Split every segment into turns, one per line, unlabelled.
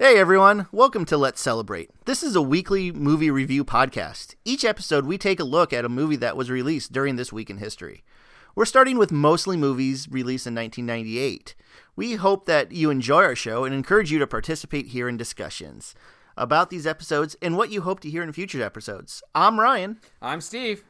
Hey everyone, welcome to Let's Celebrate. This is a weekly movie review podcast. Each episode, we take a look at a movie that was released during this week in history. We're starting with mostly movies released in 1998. We hope that you enjoy our show and encourage you to participate here in discussions about these episodes and what you hope to hear in future episodes. I'm Ryan,
I'm Steve.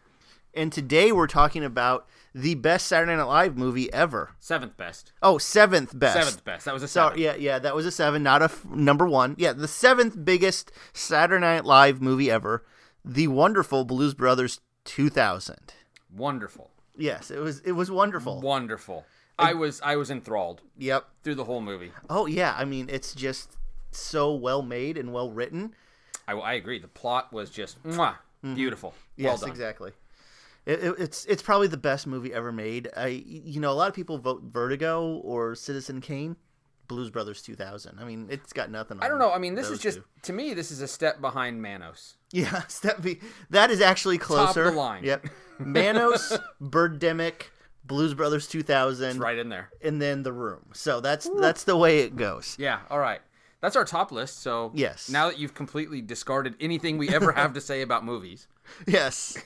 and today we're talking about the best Saturday Night Live movie ever.
Seventh best.
Oh, seventh best.
Seventh best. That was a seven.
Sorry, yeah, yeah, that was a seven, not a f- number one. Yeah, the seventh biggest Saturday Night Live movie ever, the wonderful Blues Brothers 2000.
Wonderful.
Yes, it was it was wonderful.
Wonderful. I was I was enthralled
Yep.
through the whole movie.
Oh yeah, I mean it's just so well made and well written.
I, I agree. The plot was just mwah, beautiful. well
Mm-hmm. Yes,
done.
exactly. It, it, it's it's probably the best movie ever made. I you know a lot of people vote Vertigo or Citizen Kane, Blues Brothers 2000. I mean it's got nothing.
I don't know. I mean, this is
Those
just
two.
to me. This is a step behind Manos.
Yeah, step B. That is actually
of the
closer.
line.
Yep. Manos, Birdemic, Blues Brothers 2000,
It's right in there.
and then The Room. So that's that's the way it goes.
Yeah. All right. That's our top list. So
Yes.
Now that you've completely discarded anything we ever have to say about movies,
Yes.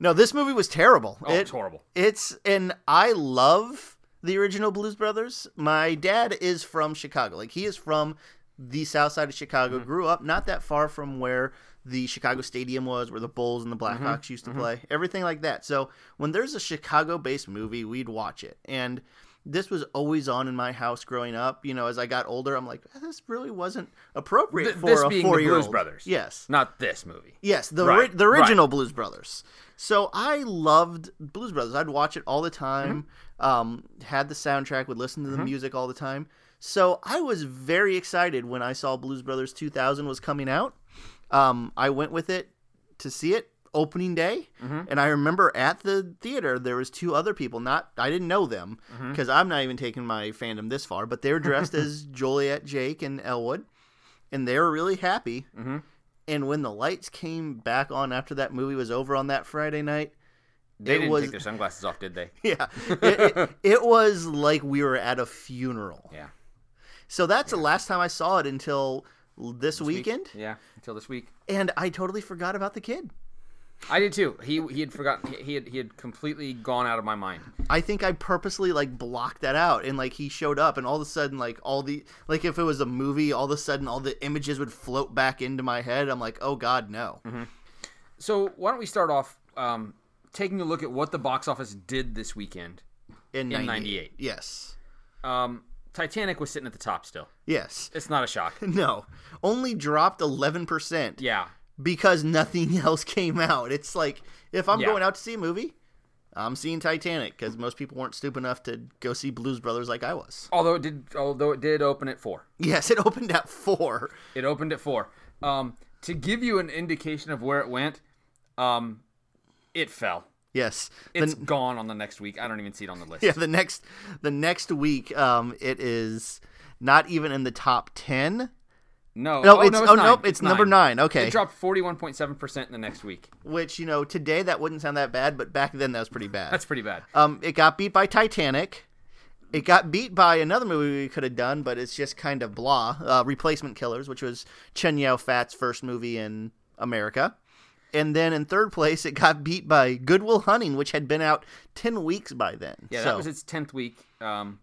no, this movie was terrible.
oh, it's horrible.
It's and I love the original Blues Brothers. My dad is from Chicago. Like he is from the south side of Chicago.
Mm-hmm.
Grew up not that far from where the Chicago Stadium was, where the Bulls and the Blackhawks
Mm-hmm.
used to play. Everything like that. So when there's a Chicago-based movie, we'd watch it. And this was always on in my house growing up. You know, as I got older, I'm like, this really wasn't appropriate
Th-
for
this
a
being the Blues
four-year-old.
Brothers.
Yes.
Not this movie.
Yes, the
Right,
ori- the
right.
original Blues Brothers. So I loved Blues Brothers. I'd watch it all the time.
Mm-hmm.
Um, had the soundtrack, would listen to the music all the time. So I was very excited when I saw Blues Brothers 2000 was coming out. Um, I went with it to see it opening day,
Mm-hmm.
and I remember at the theater there was two other people. Not I didn't know them
Mm-hmm.
because I'm not even taking my fandom this far, but they were dressed as Joliet, Jake, and Elwood, and they were really happy. And when the lights came back on after that movie was over on that Friday night,
They
It
didn't
was-
take their sunglasses off, did they?
yeah, it, it, it was like we were at a funeral.
Yeah.
So that's the last time I saw it until l- this, weekend,
Yeah. Until this week.
and I totally forgot about the kid.
I did too. He he had forgotten. He, he had he had completely gone out of my mind.
I think I purposely like blocked that out, and like he showed up, and all of a sudden, like all the like if it was a movie, all of a sudden all the images would float back into my head. I'm like, oh god, no.
So why don't we start off um, taking a look at what the box office did this weekend?
In, 98.
In 98.
yes,
Um, Titanic was sitting at the top still.
yes,
It's not a shock.
no, only dropped 11 percent.
Yeah,
because nothing else came out. It's like if I'm
Yeah.
going out to see a movie, I'm seeing Titanic because most people weren't stupid enough to go see Blues Brothers like I was.
although it did although it did open at four.
Yes, it opened at four.
It opened at four. Um, to give you an indication of where it went, um, it fell.
Yes, The-
It's gone on the next week. I don't even see it on the list.
yeah. The next the next week, um, it is not even in the top ten.
No,
No,
oh,
it's, oh
nine.
nope, it's, number nine. Okay,
It dropped forty-one point seven percent in the next week.
which you know today that wouldn't sound that bad, but back then that was pretty bad.
That's pretty bad.
Um, it got beat by Titanic. It got beat by another movie we could have done, but it's just kind of blah. Uh, Replacement Killers, which was Chen Yao Fat's first movie in America. And then in third place, it got beat by Goodwill Hunting, which had been out 10 weeks by then.
Yeah,
so,
that was its tenth week. Um,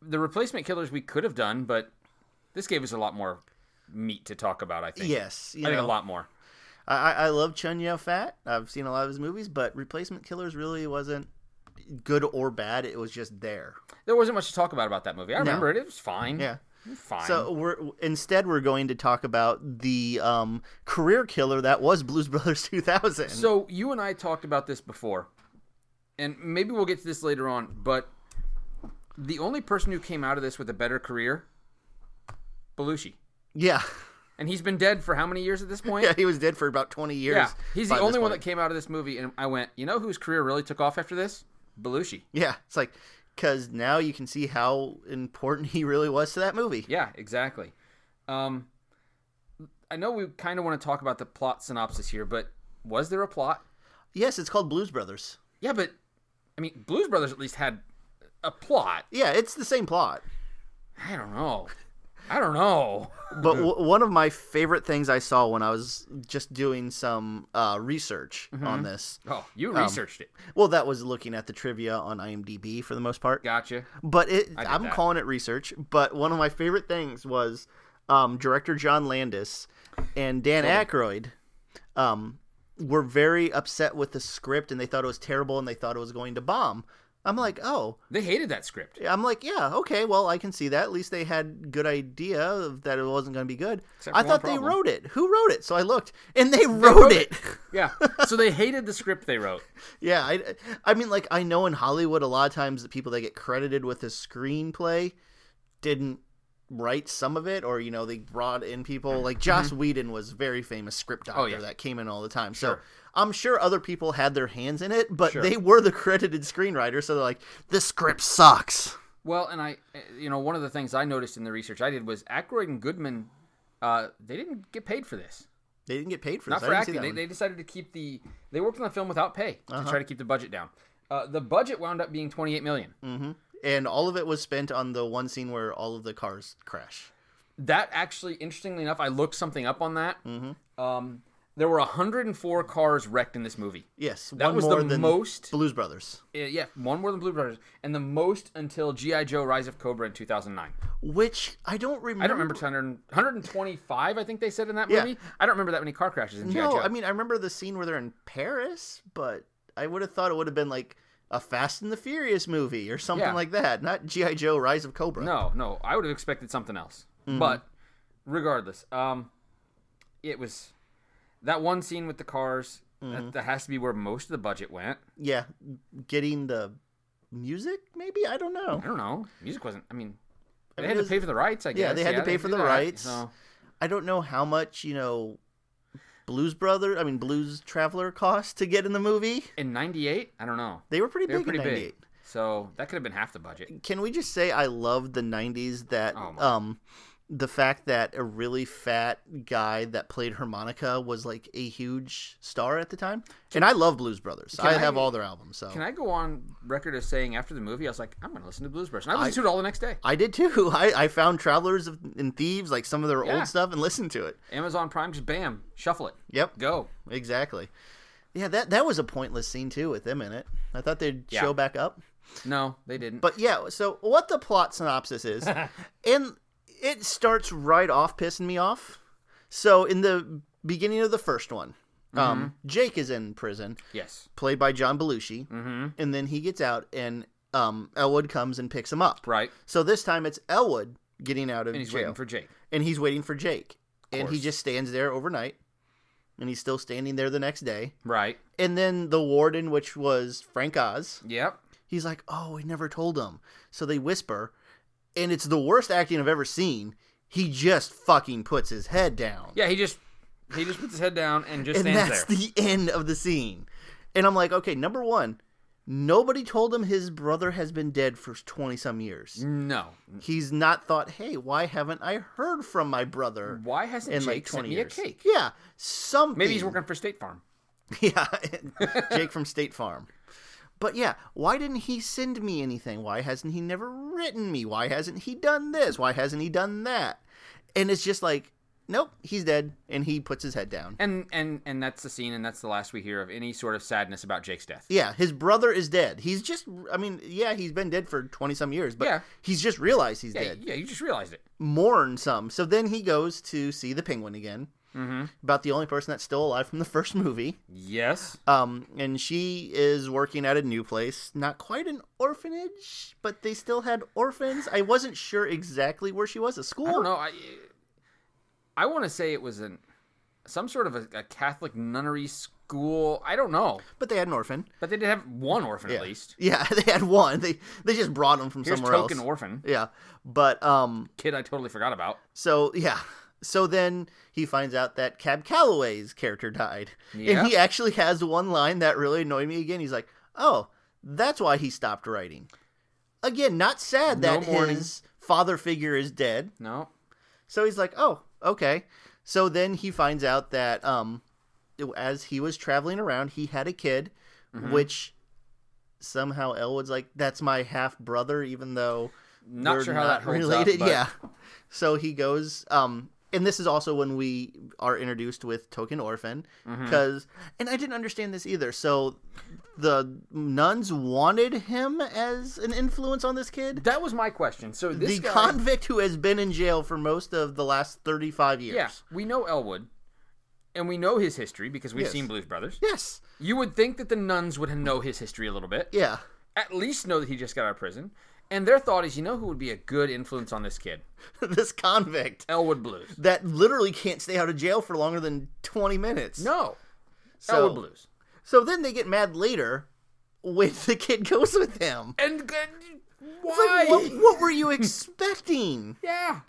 the replacement killers we could have done, but this gave us a lot more meat to talk about. I think.
Yes. You
I think
know,
a lot more.
I, I I love Chen Yao Fat. I've seen a lot of his movies, but Replacement Killers really wasn't good or bad. It was just there.
There wasn't much to talk about about that movie. I remember it. It was fine.
Yeah.
It was fine.
So we're instead we're going to talk about the um, career killer that was Blues Brothers 2000.
So you and I talked about this before, and maybe we'll get to this later on. But the only person who came out of this with a better career, Belushi,
yeah,
and he's been dead for how many years at this point?
yeah, he was dead for about 20 years.
Yeah. he's
by
the
this
only one that
point.
came out of this movie, and I went, you know, whose career really took off after this? Belushi.
Yeah, it's like because now you can see how important he really was to that movie.
Yeah, exactly. Um, I know we kind of want to talk about the plot synopsis here, but was there a plot?
Yes, it's called Blues Brothers.
Yeah, but I mean, Blues Brothers at least had a plot.
Yeah, it's the same plot.
I don't know. I don't know.
But w- one of my favorite things I saw when I was just doing some uh, research on this,
Oh, you
Um,
researched it.
well, that was looking at the trivia on IMDb for the most part.
Gotcha.
But it,
did
I'm
that.
calling it research. But one of my favorite things was um, director John Landis and Dan Aykroyd um, were very upset with the script, and they thought it was terrible, and they thought it was going to bomb. I'm like, oh,
They hated that script.
I'm like, yeah, okay, well, I can see that. At least they had good idea of that it wasn't going to be good.
Except for
I
one
thought they
problem.
wrote it. Who wrote it? So I looked, and they wrote it.
Yeah. so they hated the script they wrote.
yeah, I, I mean, like I know in Hollywood, a lot of times the people that get credited with a screenplay didn't write some of it, or you know, they brought in people like Joss Whedon was a very famous script doctor
Mm-hmm. Oh, yeah.
that came in all the time. So.
Sure.
I'm sure other people had their hands in it, but
Sure.
they were the credited screenwriter, so they're like, "This script sucks."
Well, and I, you know, one of the things I noticed in the research I did was Aykroyd and Goodman, uh, they didn't get paid for this.
They didn't get paid for
Not
this.
for
I didn't see
acting.
that
They,
one. Uh-huh.
they decided to keep the. They worked on the film without pay to try to keep the budget down. Uh, the budget wound up being 28 million.
Mm. and all of it was spent on the one scene where all of the cars crash.
That actually, interestingly enough, I looked something up on that.
Mm-hmm.
Um, there were 104 cars wrecked in this movie.
Yes,
That
one
was
more
the
than
most.
Blues Brothers,
uh, yeah, one more than Blue Brothers, and the most until GI Joe: Rise of Cobra in 2009.
which I don't remember.
I don't remember 100, 125. I think they said in that
Yeah.
movie. I don't remember that many car crashes in GI Joe.
No, I mean I remember the scene where they're in Paris, but I would have thought it would have been like a Fast and the Furious movie or something
Yeah.
like that, not GI Joe: Rise of Cobra.
No, no, I would have expected something else.
Mm-hmm.
But regardless, um, it was that one scene with the cars.
Mm-hmm.
That, that has to be where most of the budget went.
Yeah, getting the music maybe I don't know.
I don't know. Music wasn't. I mean, they
mean,
had
it
to
was-
pay for the rights. I guess.
they had to pay
had
for
do
the
that,
rights.
So
I don't know how much you know. Blues Brother, I mean Blues Traveler, cost to get in the movie.
in '98, I don't know.
They were pretty
They were
big
pretty
in '98.
big. So that could have been half the budget.
can we just say I love the '90s that
Oh, my.
um the fact that a really fat guy that played harmonica was like a huge star at the time, and I love Blues Brothers. I,
I-
have all their albums, so
Can I go on record as saying after the movie, I was like, I'm going to listen to Blues Brothers, and I listened to it all the next day.
I did too. I, I found Travelers of- and Thieves, like some of their
Yeah.
old stuff, and listened to it.
Amazon Prime, just bam, shuffle it,
Yep,
go.
exactly. Yeah, that that was a pointless scene too with them in it. I thought they'd
Yeah.
show back up.
No, they didn't.
But yeah, so what the plot synopsis is, and it starts right off pissing me off. So in the beginning of the first one, um,
Mm-hmm.
Jake is in prison,
yes,
played by John Belushi, and then he gets out, and um, Elwood comes and picks him up.
right.
So this time it's Elwood getting out of
And he's
jail,
waiting for Jake.
and he's waiting for Jake, and he
course.
just stands there overnight, and he's still standing there the next day.
Right.
And then the warden, which was Frank Oz,
Yep.
He's like, "Oh, we never told him." So they whisper, and it's the worst acting I've ever seen. He just fucking puts his head down,
Yeah, he just he just puts his head down and just
and
stands
that's
there.
the end of the scene. And I'm like, "Okay, number one, nobody told him his brother has been dead for twenty some years.
no.
He's not thought, hey, why haven't I heard from my brother
Why hasn't
in
Jake
like
sent
twenty
me
years?
a cake?
Yeah, something.
Maybe he's working for State Farm.
Yeah, Jake from State Farm. But yeah, why didn't he send me anything? Why hasn't he never written me? Why hasn't he done this? Why hasn't he done that? And it's just like, nope, he's dead, and he puts his head down.
And and and that's the scene, and that's the last we hear of any sort of sadness about Jake's death.
Yeah, his brother is dead. He's just, I mean, yeah, he's been dead for 20 some years, but
Yeah.
he's just realized he's
Yeah,
dead.
yeah, you just realized it.
Mourn some. So then he goes to see the penguin again, mm-hmm. about the only person that's still alive from the first movie.
Yes.
Um, and she is working at a new place, not quite an orphanage, but they still had orphans. I wasn't sure exactly where she was. A school?
I don't know. I I want to say it was an some sort of a, a Catholic nunnery school. I don't know,
But they had an orphan.
but they did have one orphan
Yeah.
at least.
Yeah, they had one. They they just brought him from
Here's
somewhere
token
else.
orphan
yeah, but um,
kid. I totally forgot about.
so yeah, so then he finds out that Cab Calloway's character died,
Yeah.
and he actually has one line that really annoyed me again. He's like, "Oh, that's why he stopped writing." Again, not sad
No
that
mourning.
his father figure is dead.
No.
So he's like, "Oh, okay." So then he finds out that um as he was traveling around, he had a kid
Mm-hmm.
which somehow Elwood's like, "That's my half brother," even though
Not
they're
sure how that holds up,
related.
but-
Yeah. So he goes um and this is also when we are introduced with Token Orphan
Mm-hmm.
because and I didn't understand this either. So the nuns wanted him as an influence on this kid.
That was my question. So this
the
guy,
convict who has been in jail for most of the last 35 years.
yeah, we know Elwood, and we know his history because we've
Yes.
seen Blues Brothers.
Yes.
You would think that the nuns would know his history a little bit,
Yeah.
at least know that he just got out of prison. And their thought is, you know, who would be a good influence on this kid?
this convict
Elwood Blues.
that literally can't stay out of jail for longer than 20 minutes.
No,
So-
Elwood Blues.
So then they get mad later when the kid goes with him.
And uh, why?
Like, what, what were you expecting?
Yeah.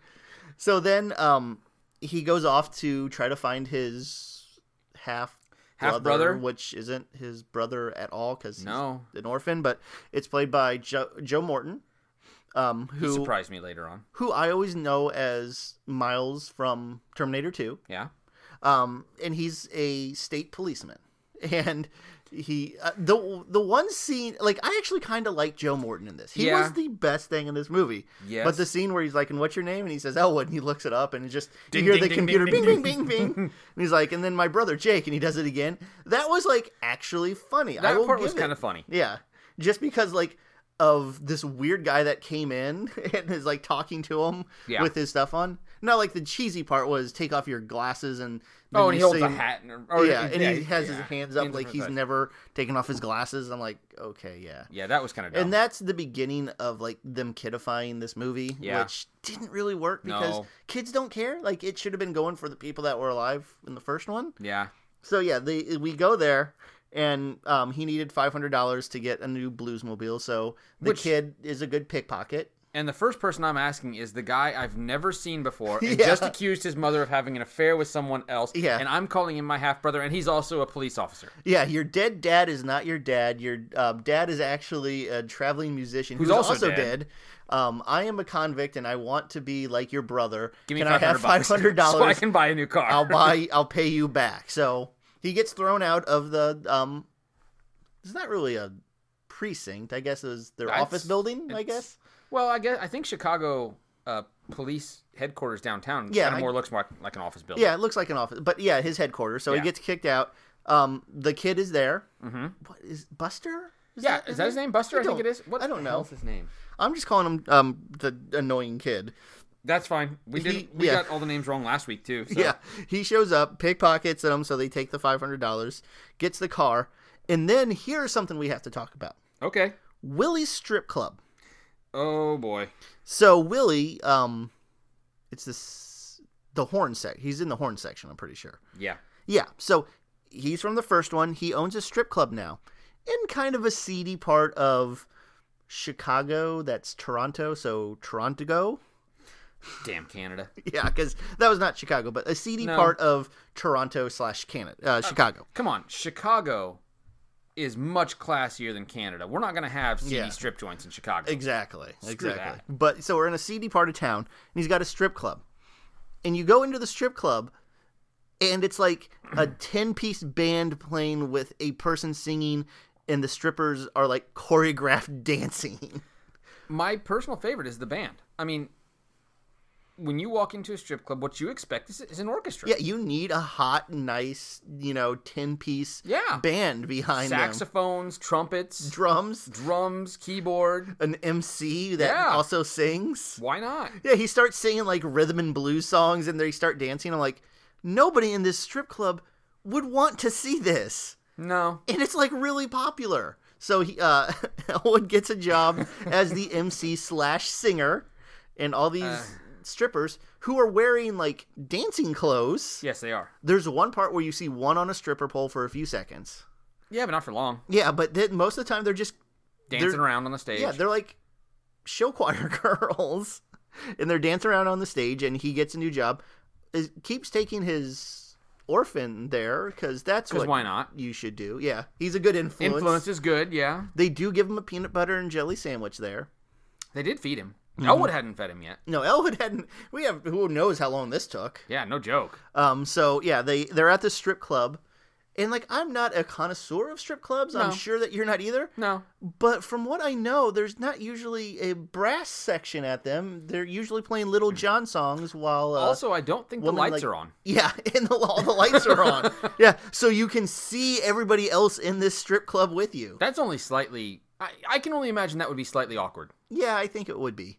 So then um, he goes off to try to find his half
Half-brother?
which isn't his brother at all because
No.
he's an orphan. But it's played by jo- Joe Morton, um,
He
who
surprised me later on.
who I always know as Miles from Terminator Two,
Yeah.
um, and he's a state policeman. And he uh, the the one scene like I actually kind of like Joe Morton in this. He
Yeah.
was the best thing in this movie.
Yes.
But the scene where he's like, "And what's your name?" and he says Elwood, and he looks it up, and it just
Ding,
you hear
ding,
the
ding,
computer
ding,
bing,
ding,
bing, bing, bing, and he's like, and then my brother Jake, and he does it again. That was like actually funny. I
That
will
part
give
was kind
it.
of funny.
Yeah. Just because like of this weird guy that came in and is like talking to him
Yeah.
with his stuff on. No, like the cheesy part was take off your glasses and then
Oh, and he
you
holds
see
a
him-
hat. And, or,
yeah, and he has his
yeah.
hands up
Hands
like
his
he's
side.
never taken off his glasses. I'm like, okay, yeah.
Yeah, that was kind of dumb.
And that's the beginning of like them kidifying this movie,
Yeah.
which didn't really work because
No.
kids don't care. Like it should have been going for the people that were alive in the first one.
yeah.
So yeah, they we go there, and um, he needed five hundred dollars to get a new Bluesmobile. So the
Which-
kid is a good pickpocket.
And the first person I'm asking is the guy I've never seen before and
Yeah.
just accused his mother of having an affair with someone else.
Yeah.
And I'm calling him my half brother, and he's also a police officer
Yeah, your dead dad is not your dad. Your um, dad is actually a traveling musician
Who's
who's,
also
also,
dead.
dead. Um, I am a convict, and I want to be like your brother.
Give me
can I have
$500
five hundred
so I
dollars?
can buy a new car.
I'll buy. I'll pay you back. So he gets thrown out of the. Um, it's not really a precinct. I guess it was their
That's-
office building. I
it's-
guess.
Well, I guess I think Chicago uh, police headquarters downtown
Yeah,
kind of
I-
more looks more like- like an office building.
Yeah, it looks like an office, but yeah, his headquarters. So
Yeah.
he gets kicked out. Um, the kid is there. Mm-hmm. What is Buster? Is
Yeah, is that his name? Buster, I, think it
don't-
is. What
I don't
the hell's
know.
his name?
I'm just calling him um the annoying kid.
That's fine. We
He-
didn't. we
yeah.
got all the names wrong last week too. So.
Yeah, he shows up, pickpockets them, so they take the five hundred dollars, gets the car, and then here's something we have to talk about:
Okay.
Willie's strip club.
Oh boy.
So Willie, um, it's this the horn sec. He's in the horn section. I'm pretty sure.
Yeah.
Yeah, so he's from the first one. He owns a strip club now in kind of a seedy part of Chicago that's Toronto, so Toronto.
Damn Canada.
Yeah, because that was not Chicago, but a seedy
No.
part of Toronto slash Canada, uh, Chicago.
Come on, Chicago is much classier than Canada. We're not gonna have CD
Yeah.
strip joints in Chicago.
Exactly, exactly.
that.
But so we're in a seedy part of town, and he's got a strip club. And you go into the strip club, and it's like a 10 piece band playing with a person singing, and the strippers are like choreographed dancing.
My personal favorite is the band. I mean, when you walk into a strip club, what you expect is, is an orchestra.
Yeah, you need a hot, nice, you know, ten piece
Yeah.
band behind them.
Saxophones, trumpets,
Drums,
drums, keyboard.
an MC that
Yeah.
also sings.
Why not?
Yeah, he starts singing like rhythm and blues songs and they start dancing. I'm like, nobody in this strip club would want to see this.
No.
And it's like really popular. So he uh Elwood gets a job as the MC slash singer and all these
Uh.
strippers who are wearing like dancing clothes.
Yes, they are.
There's one part where you see one on a stripper pole for a few seconds.
Yeah, but not for long.
Yeah, but then most of the time they're just
Dancing around on the stage.
yeah, they're like show choir girls. And they're dancing around on the stage and he gets a new job. Is keeps taking his orphan there cuz that's
'Cause
what
why not?
you should do. Yeah. He's a good influence.
Influence is good, yeah.
They do give him a peanut butter and jelly sandwich there.
They did feed him.
Mm-hmm.
Elwood hadn't fed him yet.
No, Elwood hadn't we have who knows how long this took.
Yeah, no joke.
Um, so yeah, they they're at the strip club, And like I'm not a connoisseur of strip clubs. I'm
No.
sure that you're not either.
No,
But from what I know, there's not usually a brass section at them. They're usually playing Little John songs while uh,
also I don't think the
woman,
lights
like-
are on.
yeah, and the, all the lights are on. yeah, so you can see everybody else in this strip club with you.
That's only slightly. I, I can only imagine that would be slightly awkward.
Yeah, I think it would be.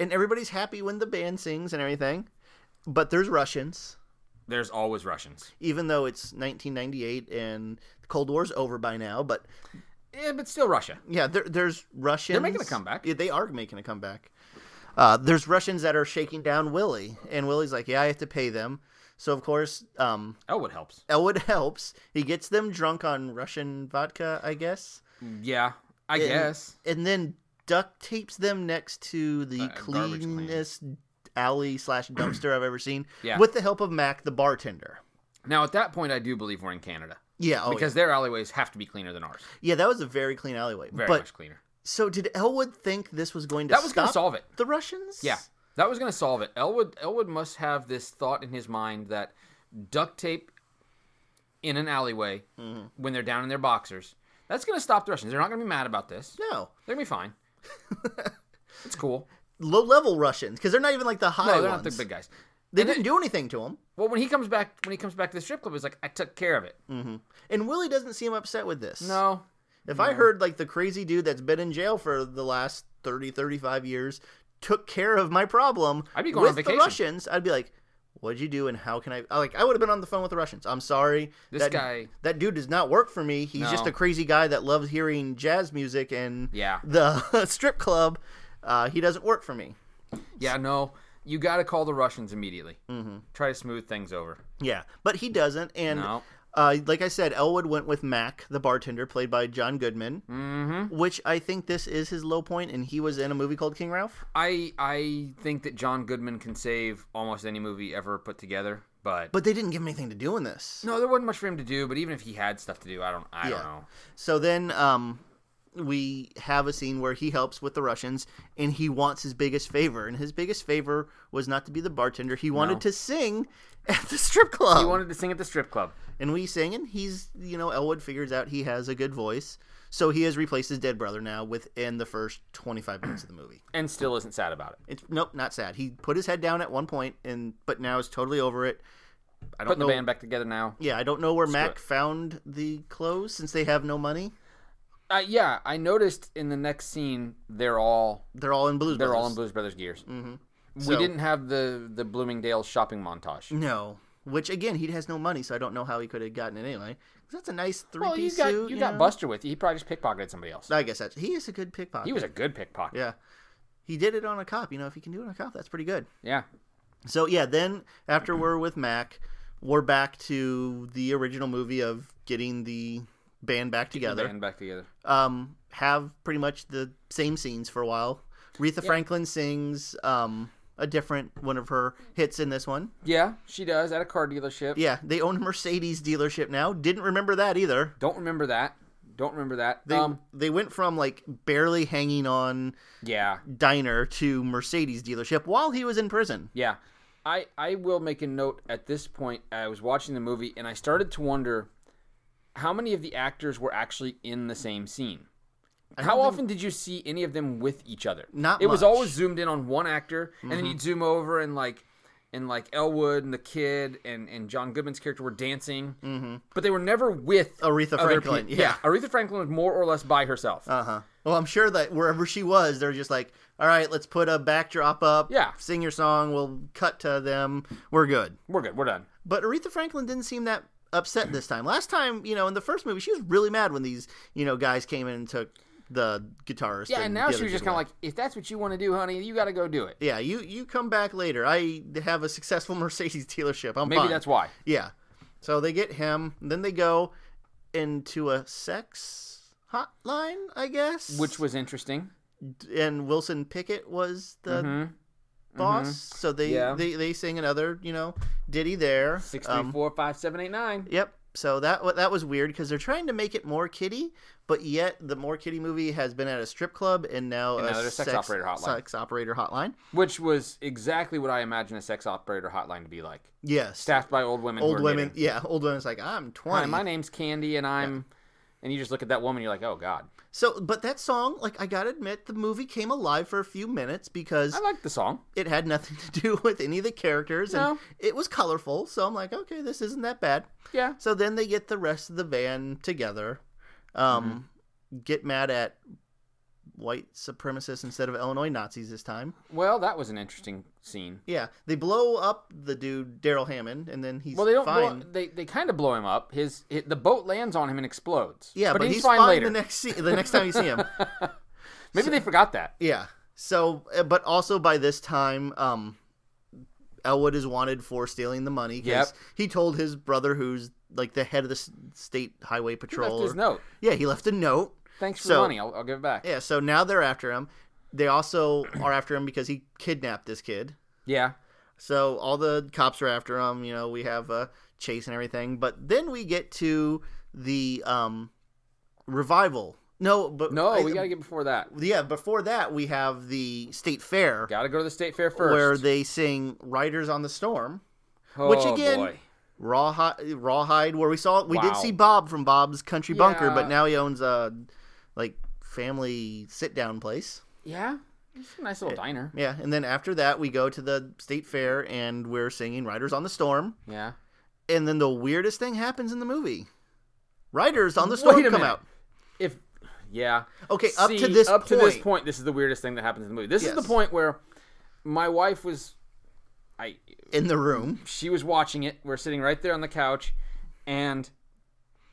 And everybody's happy when the band sings and everything. But there's Russians,
There's always Russians.
even though it's 1998 and the Cold War's over by now. But
Yeah, Eh, but still Russia.
yeah, there, there's Russians.
They're making a comeback.
Yeah, they are making a comeback. Uh, there's Russians that are shaking down Willie, and Willie's like, "Yeah, I have to pay them." So of course, um,
Elwood helps.
Elwood helps. He gets them drunk on Russian vodka, I guess.
Yeah, I
And-
guess.
and then duct tapes them next to the
Uh, garbage clean.
cleanest alley slash dumpster I've ever seen.
Yeah.
With the help of Mac, the bartender.
Now at that point, I do believe we're in Canada
Yeah, oh,
because their alleyways have to be cleaner than ours.
yeah. yeah, that was a very clean alleyway.
Very
but
much cleaner.
so did Elwood think this was going to
That was going to
stop
solve it.
the Russians?
Yeah, that was going to solve it. Elwood Elwood must have this thought in his mind that duct tape in an alleyway
Mm-hmm.
when they're down in their boxers that's going to stop the Russians. They're not going to be mad about this.
No,
They're going to be fine. it's cool.
low level Russians because they're not even like the high
No, they're
ones.
not the big guys.
they didn't do anything to him.
Well, when he comes back, when he comes back to the strip club, he's like, "I took care of it."
Mm. And Willie doesn't seem upset with this.
No,
If I heard like the crazy dude that's been in jail for the last 30, 35 years took care of my problem
I'd be going
with
on vacation.
the Russians, I'd be like, what'd you do and how can I? I- Like, I would have been on the phone with the Russians. I'm sorry.
This
that,
guy-
That dude does not work for me. He's just
No.
a crazy guy that loves hearing jazz music and
Yeah.
the strip club. Uh, he doesn't work for me.
yeah, no. You got to call the Russians immediately. Mm-hmm. Try to smooth things over.
Yeah. But he doesn't. And.
No.
Uh, like I said, Elwood went with Mac, the bartender, played by John Goodman, mm-hmm. which I think this is his low point, and he was in a movie called King Ralph.
I I think that John Goodman can save almost any movie ever put together, but,
But they didn't give him anything to do in this.
no, there wasn't much for him to do. But even if he had stuff to do, I don't I
Yeah.
don't know.
So then um, we have a scene where he helps with the Russians and he wants his biggest favor. And his biggest favor was not to be the bartender, he wanted to sing at the strip club.
He wanted to sing at the strip club.
and we sing, and he's, you know, Elwood figures out he has a good voice. So he has replaced his dead brother now within the first 25 minutes of the movie.
and still isn't sad about it.
It's nope, not sad. He put his head down at one point and but now is totally over it. I don't
Putting
know.
the band back together now.
yeah, I don't know where Mac
it.
found the clothes since they have no money.
Uh, yeah, I noticed in the next scene they're all
They're all in blues.
they're
Brothers.
all in Blues Brothers gears. Mm-hmm. we
So-
didn't have the the Bloomingdale's shopping montage.
No. Which again, he has no money, so I don't know how he could have gotten it anyway. 'Cause That's a nice three
Well, you
piece
got
suit.
you got
know?
Buster with you. He probably just pickpocketed somebody else.
I guess that's he is a good pickpocket.
He was a good pickpocket.
yeah, he did it on a cop. You know, if he can do it on a cop, that's pretty good.
Yeah.
So yeah, then after we're with Mac, we're back to the original movie of getting the band back
The
together.
band back together.
Um, have pretty much the same scenes for a while. Aretha Franklin sings um a different one of her hits in this one.
Yeah, she does at a car dealership.
Yeah, they own a Mercedes dealership now. Didn't remember that either.
Don't remember that. Don't remember that.
They,
um,
they went from like barely hanging on
yeah,
diner to Mercedes dealership while he was in prison.
yeah. I I will make a note at this point. I was watching the movie and I started to wonder how many of the actors were actually in the same scene. How often did you see any of them with each other?
Not
It was
much. Mm-hmm.
always zoomed in on one actor, and then you'd zoom over and like, and like Elwood and the kid and and John Goodman's character were dancing, mm-hmm. but they were never with
Aretha
other
Franklin,
peop-
yeah.
Aretha Franklin was more or less by herself.
Uh huh. Well, I'm sure that wherever she was, they're just like, all right, let's put a backdrop up.
Yeah.
Sing your song. We'll cut to them. We're good.
we're good. We're done.
But Aretha Franklin didn't seem that upset this time. Last time, you know, in the first movie, she was really mad when these, you know, guys came in and took the guitarist.
Yeah, and now
the
she
other
was just
dude
kind of
away.
like, if that's what you want to do, honey, you got to go do it.
yeah, you you come back later. I have a successful Mercedes dealership. I'm
Maybe
fine."
that's why.
Yeah. So they get him, then they go into a sex hotline, I guess.
Which was interesting. Mm-hmm.
and Wilson Pickett was the boss. So they,
Yeah.
they they sing another, you know, ditty there.
Six, three,
Um,
four, five, seven, eight, nine.
yep. So that wa- that was weird because they're trying to make it more kitty, but yet the more kitty movie has been at a strip club and now,
And
a
now they're a sex operator hotline.
sex operator hotline.
Which was exactly what I imagine a sex operator hotline to be like.
Yes,
Staffed by old women. who
old
are
women.
knitting.
Yeah, old women's like I'm
Hi,
twenty.
my name's Candy, and I'm. And you just look at that woman, you're like, oh god.
So, but that song, like I gotta admit, the movie came alive for a few minutes because
I like the song.
it had nothing to do with any of the characters, and
No.
it was colorful. So I'm like, okay, this isn't that bad.
Yeah.
So then they get the rest of the van together, um,
Mm-hmm.
get mad at white supremacists instead of Illinois Nazis this time.
Well, that was an interesting scene.
Yeah, they blow up the dude Daryl Hammond, and then he's
Well, they don't. blow-
fine.
they they kind of blow him up. His, hi- the boat lands on him and explodes.
yeah, but, he's, fine, the next se- the next time you see him.
Maybe they forgot that.
Yeah. So, uh, but also by this time, um, Elwood is wanted for stealing the money. 'cause
Yep.
He told his brother, who's like the head of the s- state highway
He left
patrol.
his
or-
note.
Yeah, he left a note.
Thanks for
So-
the money. I'll, I'll give it back.
Yeah. So now they're after him. They also are after him because he kidnapped this kid.
yeah.
So all the cops are after him. You know, we have a chase and everything. But then we get to the um, revival. No, but
No,
I-
we got to get before that.
yeah. Before that, we have the state fair.
Got to go to the state fair first.
where they sing "Riders on the Storm,"
oh,
which again-
boy.
Rawhide, Rawhide, where we saw we did
Wow.
see Bob from Bob's Country Bunker,
Yeah.
but now he owns a like family sit down place.
yeah, it's a nice little
Eh.
diner.
Yeah, and then after that we go to the state fair and we're singing "Riders on the Storm,"
Yeah.
and then the weirdest thing happens in the movie. Riders on the Storm
Wait a
come
minute.
out.
If yeah.
Okay, up to
See,
this
up
point,
to this point, this is the weirdest thing that happens in the movie. This is the
Yes.
point where my wife was, I
in the room.
she was watching it. We're sitting right there on the couch, and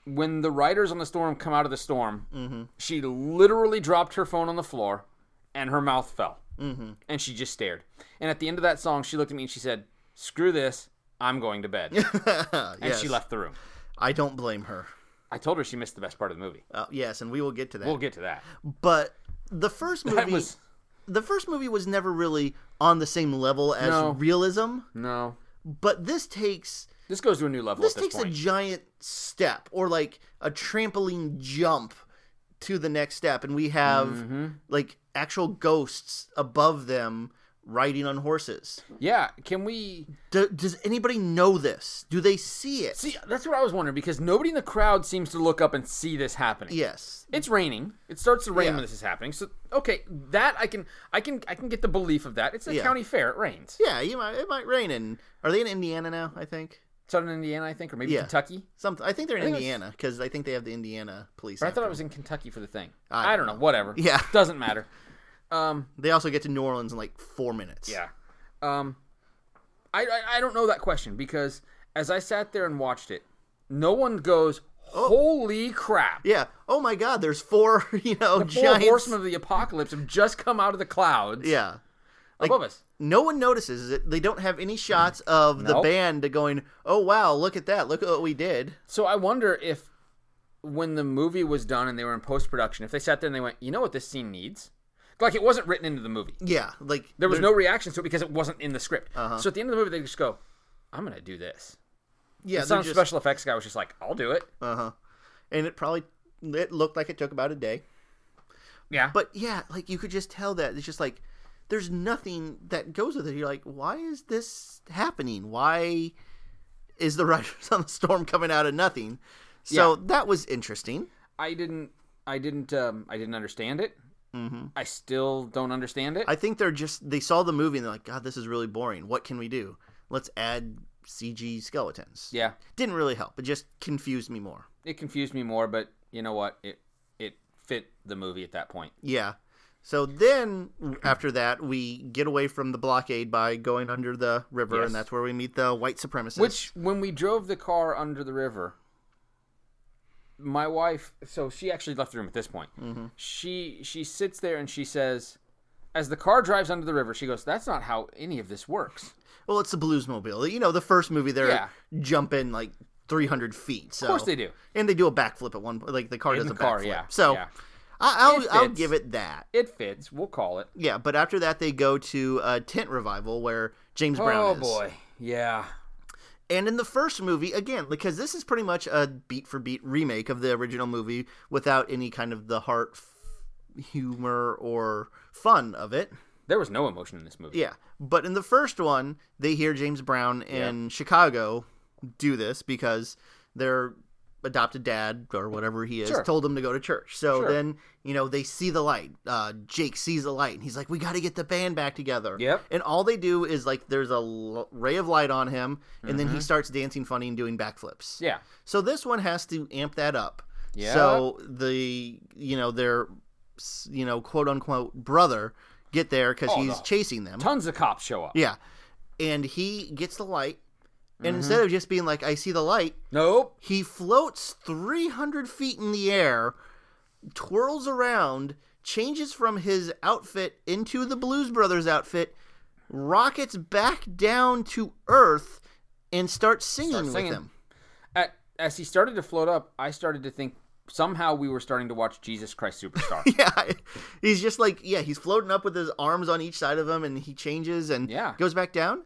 when the riders on the storm come out of the storm,
Mm-hmm.
she literally dropped her phone on the floor, and her mouth fell, mm-hmm. and she just stared. And at the end of that song, she looked at me and she said, "Screw this, I'm going to bed," and
yes.
she left the room.
I don't blame her.
I told her she missed the best part of the movie.
Uh, yes, and we will get to that.
We'll get to that.
but the first movie
That was
the first movie was never really on the same level as
No.
realism,
no.
but this takes
This goes to a new level
this,
at this
takes
point.
a giant step or like a trampoline jump to the next step and we have
Mm-hmm.
like actual ghosts above them riding on horses.
yeah, can we
Do, does anybody know this? Do they see it?
see? That's what I was wondering because nobody in the crowd seems to look up and see this happening.
yes.
It's raining. It starts to rain
Yeah.
when this is happening. So okay, that I can I can I can get the belief of that. It's a
Yeah.
county fair. It rains.
Yeah, you might it might rain in are they in Indiana now, I think?
Southern Indiana, I think, or maybe
Yeah.
Kentucky.
Something I think they're in
I think it was-
Indiana because I think they have the Indiana police.
But I
after
thought it
them.
was in Kentucky for the thing.
I
I, don't know. Whatever.
Yeah.
Doesn't matter. Um.
They also get to New Orleans in like 4 minutes.
Yeah. Um. I, I I don't know that question because as I sat there and watched it, no one goes,
Oh.
"Holy crap!"
Yeah. Oh my God. There's four. You know,
Four
giant.
horsemen of the apocalypse have just come out of the clouds
Yeah.
above us.
No one notices it. They don't have any shots of the
Nope.
band going. Oh wow! Look at that! Look at what we did.
So I wonder if when the movie was done and they were in post production, if they sat there and they went, you know what this scene needs? Like it wasn't written into the movie.
Yeah. Like
There was no reaction to it because it wasn't in the script. So at the end of the movie, they just go, I'm going to do this.
Uh-huh. Yeah.
The sound
they're just- Uh,
special effects guy was just like, I'll do it.
And it probably it looked like it took about a day.
yeah.
But yeah, like you could just tell that it's just like there's nothing that goes with it. You're like, why is this happening? Why is the riders on the storm coming out of nothing? So that was interesting.
I didn't, I didn't, um, I didn't understand it. Mm-hmm. I still don't understand it.
I think they're just they saw the movie and they're like, God, this is really boring. What can we do? Let's add CG skeletons.
yeah.
Didn't really help. It just confused me more.
It confused me more, but you know what? It, it fit the movie at that point.
Yeah. So then after that we get away from the blockade by going under the river
Yes.
and that's where we meet the white supremacists.
Which, when we drove the car under the river, my wife, so she actually left the room at this point.
Mm-hmm.
She she sits there and she says, as the car drives under the river, she goes, "That's not how any of this works."
well it's the bluesmobile. You know, the first movie they're
Yeah.
jumping like three hundred feet. So
Of course they do.
And they do a backflip at one point. Like the car does
the
a
car,
backflip.
yeah,
So
yeah.
I,
It
I'll I'll
fits.
give it that.
It fits. We'll call it.
Yeah, but after that they go to a tent revival where James Brown
oh
is.
boy, yeah.
And in the first movie, again, because this is pretty much a beat for beat remake of the original movie without any kind of the heart f- humor or fun of it.
There was no emotion in this movie.
Yeah. But in the first one, they hear James Brown in Chicago do this because their adopted dad or whatever he is
Sure.
told him to go to church. So
Sure.
then, you know, they see the light. Uh, Jake sees the light and he's like, we got to get the band back together.
Yep.
And all they do is like, there's a l- ray of light on him and then he starts dancing funny and doing backflips.
Mm-hmm. Yeah.
So this one has to amp that up.
Yeah.
So the you know their s- you know quote unquote brother get there because
Oh,
he's
no.
chasing them.
Tons of cops show up.
Yeah, and he gets the light, and
Mm-hmm.
instead of just being like I see the light,
Nope.
he floats 300 feet in the air, twirls around, changes from his outfit into the Blues Brothers outfit, rockets back down to Earth, and starts singing,
singing.
with them.
At, as he started to float up, I started to think somehow we were starting to watch Jesus Christ Superstar.
yeah he's just like yeah he's floating up with his arms on each side of him and he changes and
Yeah.
goes back down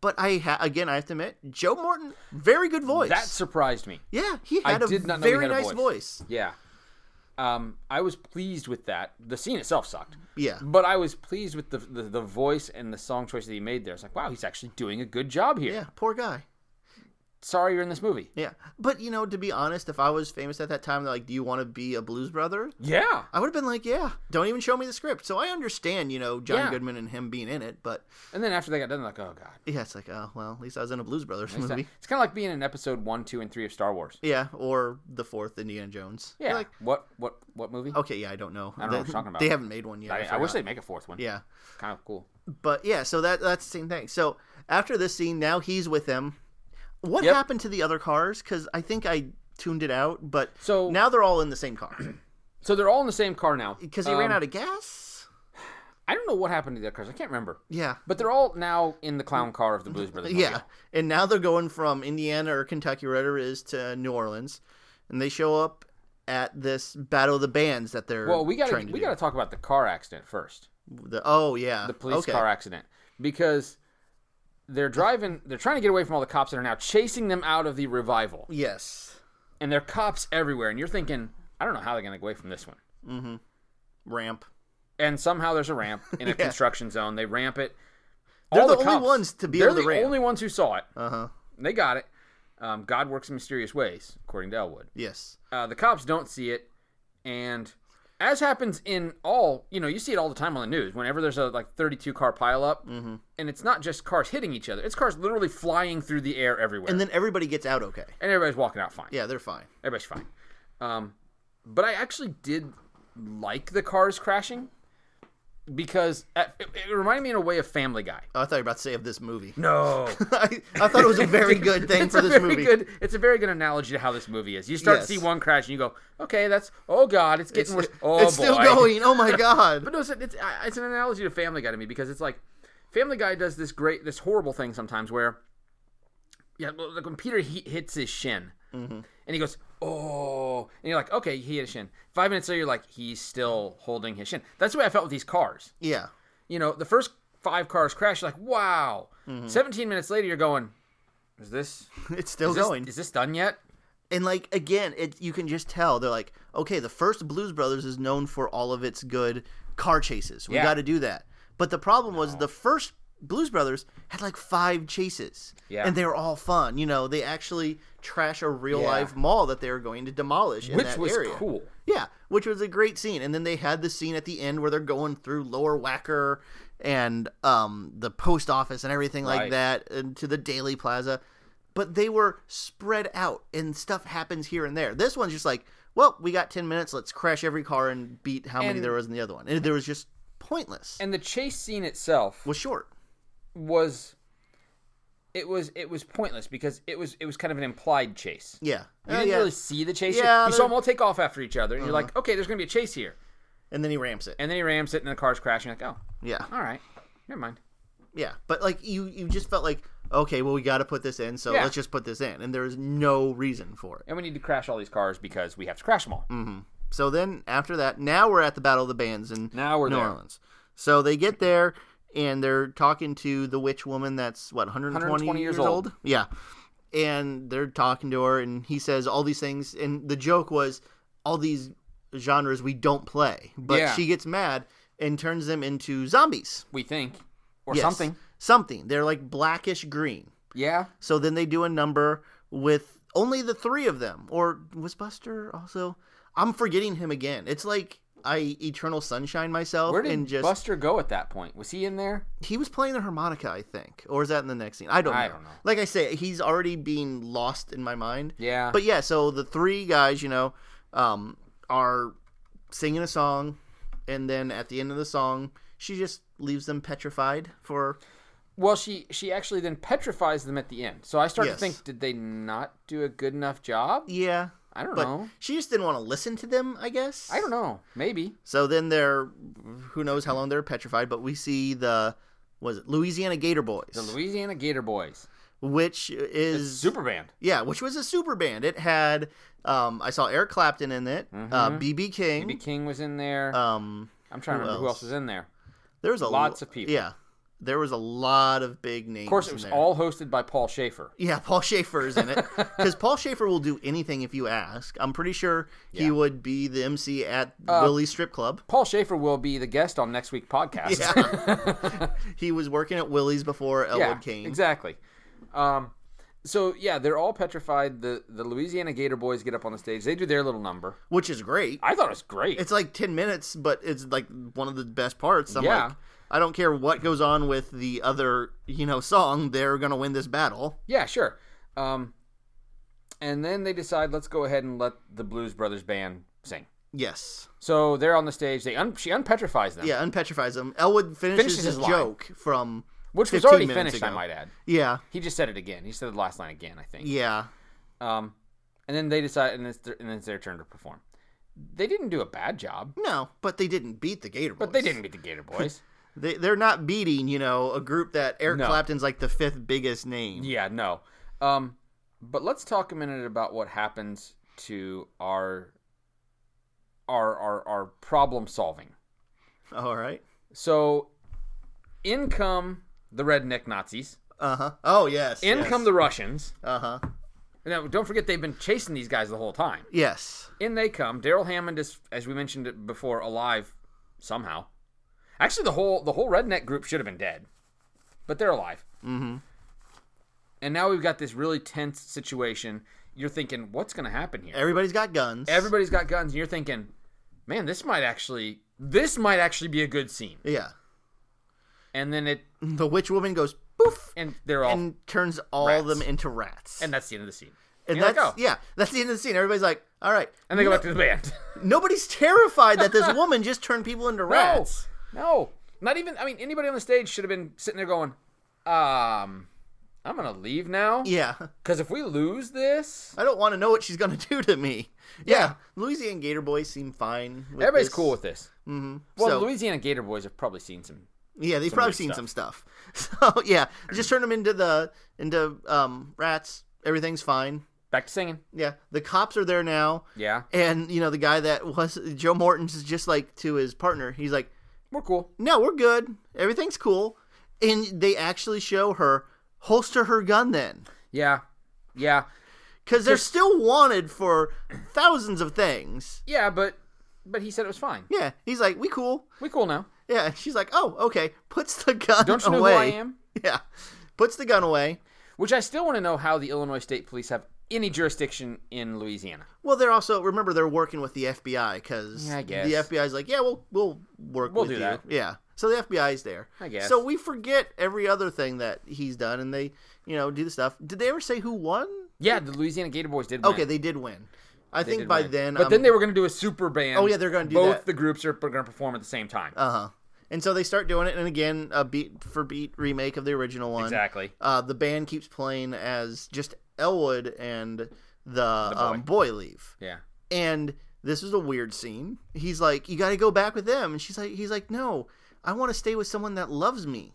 but i ha- again i have to admit joe morton very good voice
that surprised me.
yeah he
I
had a
did not know he
very
had a
nice voice,
voice. Yeah. Um, I was pleased with that. The scene itself sucked.
yeah
But I was pleased with the, the the voice and the song choice that he made there. It's like, wow, he's actually doing a good job here.
yeah poor guy
Sorry you're in this movie.
yeah but you know to be honest if i was famous at that time they're like do you want to be a blues brother
Yeah.
i would have been like yeah don't even show me the script so i understand you know john
Yeah.
goodman and him being in it but
And then after they got done, like, oh god.
yeah it's like oh well at least i was in a blues brothers
It's,
movie
kind of like being in episode one, two, and three of Star Wars.
yeah or the fourth indiana jones You're
Yeah.
like, Oh,
what what what movie?
Okay, yeah, I don't know.
I don't know what you're talking about.
They haven't made one yet.
I, I
forgot.
wish they'd make a fourth one.
Yeah,
Kind of cool.
but yeah, so that that's the same thing. So after this scene, now he's with them. What
Yep.
happened to the other cars? Because I think I tuned it out, but
So-
now they're all in the same car
So they're all in the same car now. Um,
because he ran out of gas.
I don't know what happened to their cars. I can't remember.
Yeah,
But they're all now in the clown car of the Blues Brothers.
yeah,
Mobile.
and now they're going from Indiana or Kentucky, wherever it is, to New Orleans, and they show up at this battle of the bands that they're
Well, we gotta
trying to
we
do.
gotta talk about the car accident first.
The- oh yeah
The police
okay.
car accident because they're driving. They're trying to get away from all the cops that are now chasing them out of the revival,
yes
and there are cops everywhere. And you're thinking, I don't know how they're gonna get away from this one.
ramp
And somehow there's a ramp in a construction zone. They ramp it.
They're
All
the only ones to be
They're
able to
the
ramp.
only ones who saw it.
uh huh
They got it. Um, God works in mysterious ways, according to Elwood.
yes
Uh, the cops don't see it, and as happens in all, you know, you see it all the time on the news. Whenever there's a like 32 car pileup,
Mm-hmm.
and it's not just cars hitting each other; it's cars literally flying through the air everywhere,
and
and,
then everybody gets out okay
everybody's walking out fine.
yeah they're fine
Everybody's fine. Um, but I actually did like the cars crashing because at, it, it reminded me in a way of Family Guy.
Oh, I thought you were about to say of this movie.
No,
I, I thought it was a very good thing
it's
for
a
this
very
movie.
good. It's a very good analogy to how this movie is. You start
Yes.
to see one crash and you go, "Okay, that's oh god, it's getting
It's,
worse." Oh,
it's still
boy.
going. Oh my god.
But no, it's, it's I- it's an analogy to Family Guy to me because it's like Family Guy does this great, this horrible thing sometimes where, yeah, well, like when Peter he hits his shin
Mm-hmm.
and he goes, "Oh," and you're like, "Okay, he hit his shin." Five minutes later, you're like, "He's still holding his shin." That's the way I felt with these cars.
yeah.
You know, the first five cars crash, you're like, "Wow."
Mm-hmm.
Seventeen minutes later, you're going, "Is this?"
It's still
Is this-
going.
Is this done yet?
and like again, it you can just tell they're like, okay, the first Blues Brothers is known for all of its good car chases. We
Yeah.
got to do that. But the problem was the first Blues Brothers had like five chases,
Yeah.
and they were all fun. You know, they actually trash a real
Yeah.
life mall that they were going to demolish, in
Which
that
was
area.
cool.
Yeah, which was a great scene. And then they had the scene at the end where they're going through Lower Wacker and um, the post office and everything like
Right.
that and to the Daily Plaza. But they were spread out and stuff happens here and there. This one's just like, well, we got 10 minutes. Let's crash every car and beat how many
And-
there was in the other one. And there was just pointless.
And the chase scene itself
was short.
was it was it was pointless because it was it was kind of an implied chase.
Yeah.
You
Oh,
didn't
yeah.
really see the chase.
Yeah,
you
there- Uh-huh.
saw them all take off after each other, and you're like, okay, there's gonna be a chase here.
And then he ramps it.
And then he rams it, and the cars crash, and you're like,
Yeah.
oh, all right, never mind.
Yeah, but like you, you just felt like okay, well we got to put this in, so
Yeah.
let's just put this in, and there was no reason for it.
And we need to crash all these cars because we have to crash them all.
Mm. So then after that, now we're at the Battle of the Bands in
Now we're
New
there.
Orleans. So they get there and they're talking to the witch woman that's what 120,
120
years
years
old.
old.
Yeah, and they're talking to her, and he says all these things. And the joke was all these genres we don't play, but
Yeah.
she gets mad and turns them into zombies
we think, or
Yes.
something.
Something they're like blackish green.
Yeah,
So then they do a number with only the three of them, or was Buster also? I'm forgetting him again. It's like I eternal sunshine myself
where did
and just
Buster go at that point? Was he in there?
he was playing the harmonica, I think, or is that in the next scene? I don't.
I
know.
don't know.
Like I say, he's already being lost in my mind.
Yeah,
But yeah, so the three guys, you know, um, are singing a song, and then at the end of the song, she just leaves them petrified for
Well, she she actually then petrifies them at the end. So I start
Yes.
to think, did they not do a good enough job?
yeah.
I don't
But
know.
she just didn't want to listen to them, I guess.
I don't know. Maybe.
So then they're who knows how long they're petrified, but we see the was it Louisiana Gator Boys,
The Louisiana Gator Boys,
which is
super band.
yeah, which was a super band. It had um, I saw Eric Clapton in it, uh, BB King.
Mm-hmm. B. King was in there.
Um,
I'm trying to
who
remember who
else?
else was in there.
there was a
Lots of people.
Yeah, there was a lot of big names.
Of course, it was
in there.
all hosted by Paul Schaefer.
Yeah, Paul Schaefer is in it because Paul Schaefer will do anything if you ask. I'm pretty sure he
Yeah. Uh,
would be the MC at Willie's Strip Club.
Paul Schaefer will be the guest on next week's podcast.
Yeah. he was working at Willie's before Elwood
Yeah,
Kane.
exactly. Um, so yeah, they're all petrified. The the Louisiana Gator Boys get up on the stage. They do their little number.
which is great.
I thought it was great.
It's like ten minutes, but it's like one of the best parts. I'm
Yeah.
like, I don't care what goes on with the other, you know, song. They're gonna win this battle.
Yeah, sure. Um, and then they decide let's go ahead and let the Blues Brothers band sing.
Yes.
So they're on the stage. They un- she unpetrifies them,
Yeah, unpetrifies him. Elwood finishes,
Finishes
his,
his line.
joke from
which was
15
already
minutes
finished. I
ago.
might add.
yeah,
He just said it again. He said the last line again. I think.
yeah.
Um, and then they decide, and it's their, and it's their turn to perform. They didn't do a bad job,
No, but they didn't beat the Gator Boys.
but they didn't beat the Gator Boys.
They, they're not beating, you know, a group that Eric
No.
Clapton's like the fifth biggest name.
yeah, no. Um, but let's talk a minute about what happens to our our our, our problem solving.
All right.
So, in come the redneck Nazis.
Uh huh. Oh yes.
In come the Russians.
Uh huh.
Now, don't forget they've been chasing these guys the whole time.
Yes.
In they come. Daryl Hammond is, as we mentioned it before, alive somehow. Actually, the whole the whole redneck group should have been dead, but they're alive. Mm-hmm. And now we've got this really tense situation. You're thinking, what's going to happen here?
Everybody's got guns.
Everybody's got guns, and you're thinking, man, this might actually this might actually be a good scene.
yeah.
And then it
The witch woman goes poof
and they're all
and turns all
Rats.
of them into rats.
and that's the end of the scene.
And
you're like,
that's
"Oh."
yeah, that's the end of the scene. Everybody's like, "All right,"
And they go back to the band.
nobody's terrified that this woman just turned people into rats.
no, not even. I mean, anybody on the stage should have been sitting there going, "Um, I'm gonna leave now
Yeah,
because if we lose this,
I don't want to know what she's gonna do to me. Yeah, Louisiana Gator boys seem fine. With
everybody's
this.
cool with this." Mm-hmm. Well,
So-
the Louisiana Gator Boys have probably seen some.
Yeah, they've probably
weird
seen
stuff.
some stuff. So yeah, just turn them into the into um rats. Everything's fine.
Back to singing.
Yeah, the cops are there now,
Yeah,
and you know the guy that was Joe Morton's is just like to his partner. He's like,
we're cool.
no, we're good. Everything's cool. And they actually show her holster her gun then.
Yeah, yeah,
Because they're still wanted for thousands of things.
yeah. But but he said it was fine.
Yeah. He's like, we cool.
We cool now.
Yeah. And she's like, oh, okay. Puts the gun
Don't you know
away.
who I am?
Yeah. Puts the gun away.
Which I still want to know how the Illinois State Police have any jurisdiction in Louisiana.
Well, they're also, remember, they're working with the FBI because
Yeah, I guess.
the FBI's like, yeah, we'll, we'll work
We'll
with
do
you.
that.
Yeah. So the FBI's there.
I guess.
So we forget every other thing that he's done and they, you know, do the stuff. Did they ever say who won?
Yeah, the Louisiana Gator Boys did.
Okay,
win.
they did win. I
They
think
did
by
win.
then,
But
um,
then they were going to do a super band.
Oh, yeah, they're gonna do
both
that.
the groups are going to perform at the same time.
uh huh. And so they start doing it, and again, a beat for beat remake of the original one.
exactly.
Uh, the band keeps playing as just Elwood and the, um, boy leave,
Yeah.
and this is a weird scene. He's like, "You got to go back with them," and she's like, "He's like, no, I want to stay with someone that loves me."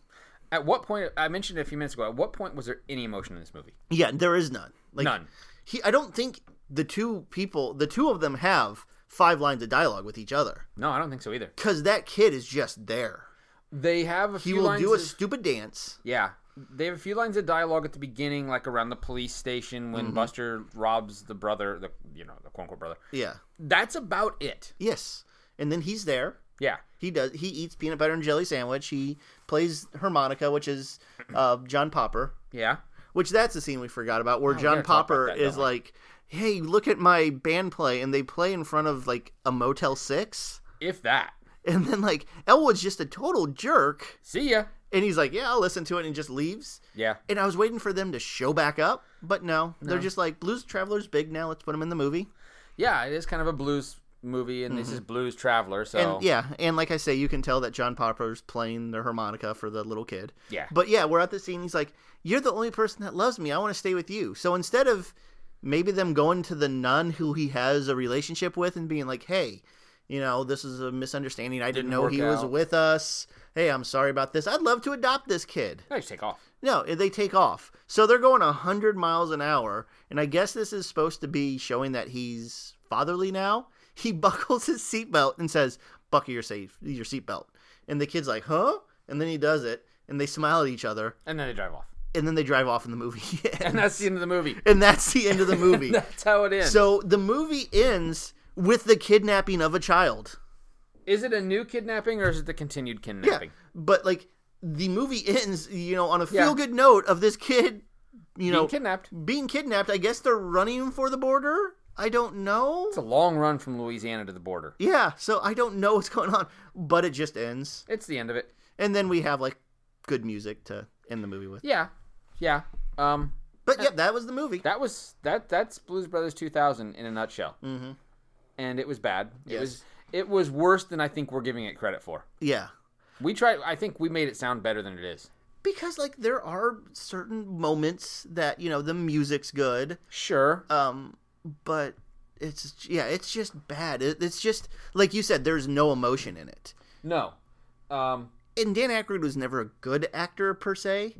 At what point? I mentioned it a few minutes ago. At what point was there any emotion in this movie?
Yeah, there is none. Like,
None.
He, I don't think the two people, the two of them, have five lines of dialogue with each other
No, I don't think so either.
because that kid is just there.
They have a
He
few
will
lines.
do a
of-
stupid dance.
yeah. they have a few lines of dialogue at the beginning, like around the police station
Mm-hmm.
when Buster robs the brother, the you know the quote unquote brother.
Yeah.
That's about it.
Yes. And then he's there.
Yeah,
He does. He eats peanut butter and jelly sandwich. He plays harmonica, which is uh, John Popper.
yeah.
Which that's the scene we forgot about, where
Oh, we
John
gotta talk about
Popper
that,
is
don't
like, "Hey, look at my band play," and they play in front of like a Motel Six,
If that.
and then like Elwood's just a total jerk,
See ya.
and he's like, "Yeah, I'll listen to it," and just leaves.
Yeah.
And I was waiting for them to show back up, but no, they're just like, "Blues Traveler's big now. Let's put him in the movie."
Yeah, it is kind of a blues movie, and this is Blues Traveler. So
Mm-hmm. And yeah, and like I say, you can tell that John Popper's playing the harmonica for the little kid.
Yeah.
But yeah, we're at the scene. He's like, "You're the only person that loves me. I want to stay with you." So instead of maybe them going to the nun who he has a relationship with and being like, "Hey, you know, this is a misunderstanding. I didn't,
Didn't
know
work
he was
out."
with us. Hey, I'm sorry about this. I'd love to adopt this kid."
I just take off.
No, eh, they take off. So they're going 100 miles an hour, and I guess this is supposed to be showing that he's fatherly now. He buckles his seatbelt and says, "Buckle your safe your seatbelt." And the kid's like, "Huh?" And then he does it, and they smile at each other,
And then they drive off.
and then they drive off in the movie.
And that's the end of the movie.
and that's the end of the movie.
That's how it ends.
so the movie ends with the kidnapping of a child.
is it a new kidnapping or is it the continued kidnapping?
But like the movie ends, you know, on a feel good note of this kid, you know,
Being kidnapped.
being kidnapped. I guess they're running for the border. I don't know.
It's a long run from Louisiana to the border.
Yeah, so I don't know what's going on, but it just ends.
It's the end of it.
And then we have like good music to end the movie with.
Yeah, yeah. Um,
But yeah, that was the movie.
that was that. That's Blues Brothers 2000 in a nutshell. Mm-hmm. And it was bad. It
Yes.
was it was worse than I think we're giving it credit for.
Yeah.
We tried. I think we made it sound better than it is.
Because like there are certain moments that, you know, the music's good,
Sure.
um but it's yeah, it's just bad. It, it's just like you said there's no emotion in it.
no. Um,
And Dan Aykroyd was never a good actor per se,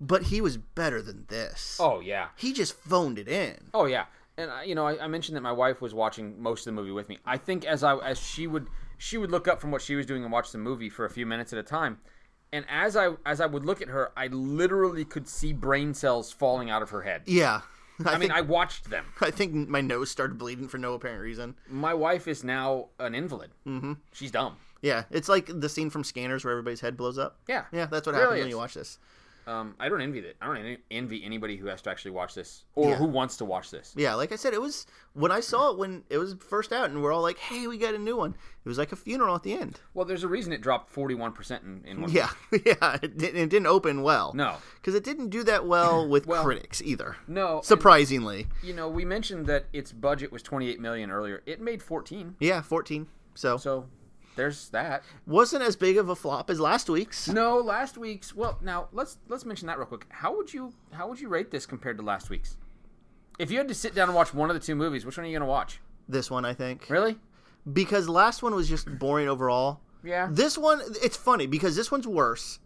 but he was better than this.
oh yeah.
He just phoned it in.
Oh yeah, and I, you know, I, I mentioned that my wife was watching most of the movie with me. I think as I as she would she would look up from what she was doing and watch the movie for a few minutes at a time, and as I as I would look at her, I literally could see brain cells falling out of her head.
Yeah. I,
I mean,
think,
I watched them.
I... think my nose started bleeding for no apparent reason.
My wife is now an invalid. Mm-hmm. She's dumb.
Yeah, it's like the scene from Scanners where everybody's head blows up.
Yeah.
Yeah, that's what
Really
happens when
is.
you watch this.
Um, I don't envy that. I don't en- envy anybody who has to actually watch this or
Yeah.
who wants to watch this.
Yeah, like I said, it was when I saw it when it was first out, and we're all like, "Hey, we got a new one." It was like a funeral at the end.
Well, there's a reason it dropped 41 percent in, in one.
Yeah, yeah, it, didn't- it didn't open well.
No.
because it didn't do that well with
Well,
critics either.
No. and,
Surprisingly,
you know, we mentioned that its budget was 28 million earlier. It made 14.
yeah, fourteen. So,
So there's that.
wasn't as big of a flop as last week's.
No, last week's. Well, now let's let's mention that real quick. How would you how would you rate this compared to last week's? If you had to sit down and watch one of the two movies, which one are you going to watch?
This one, I think,
Really?
because last one was just boring overall.
Yeah.
This one, it's funny because this one's worse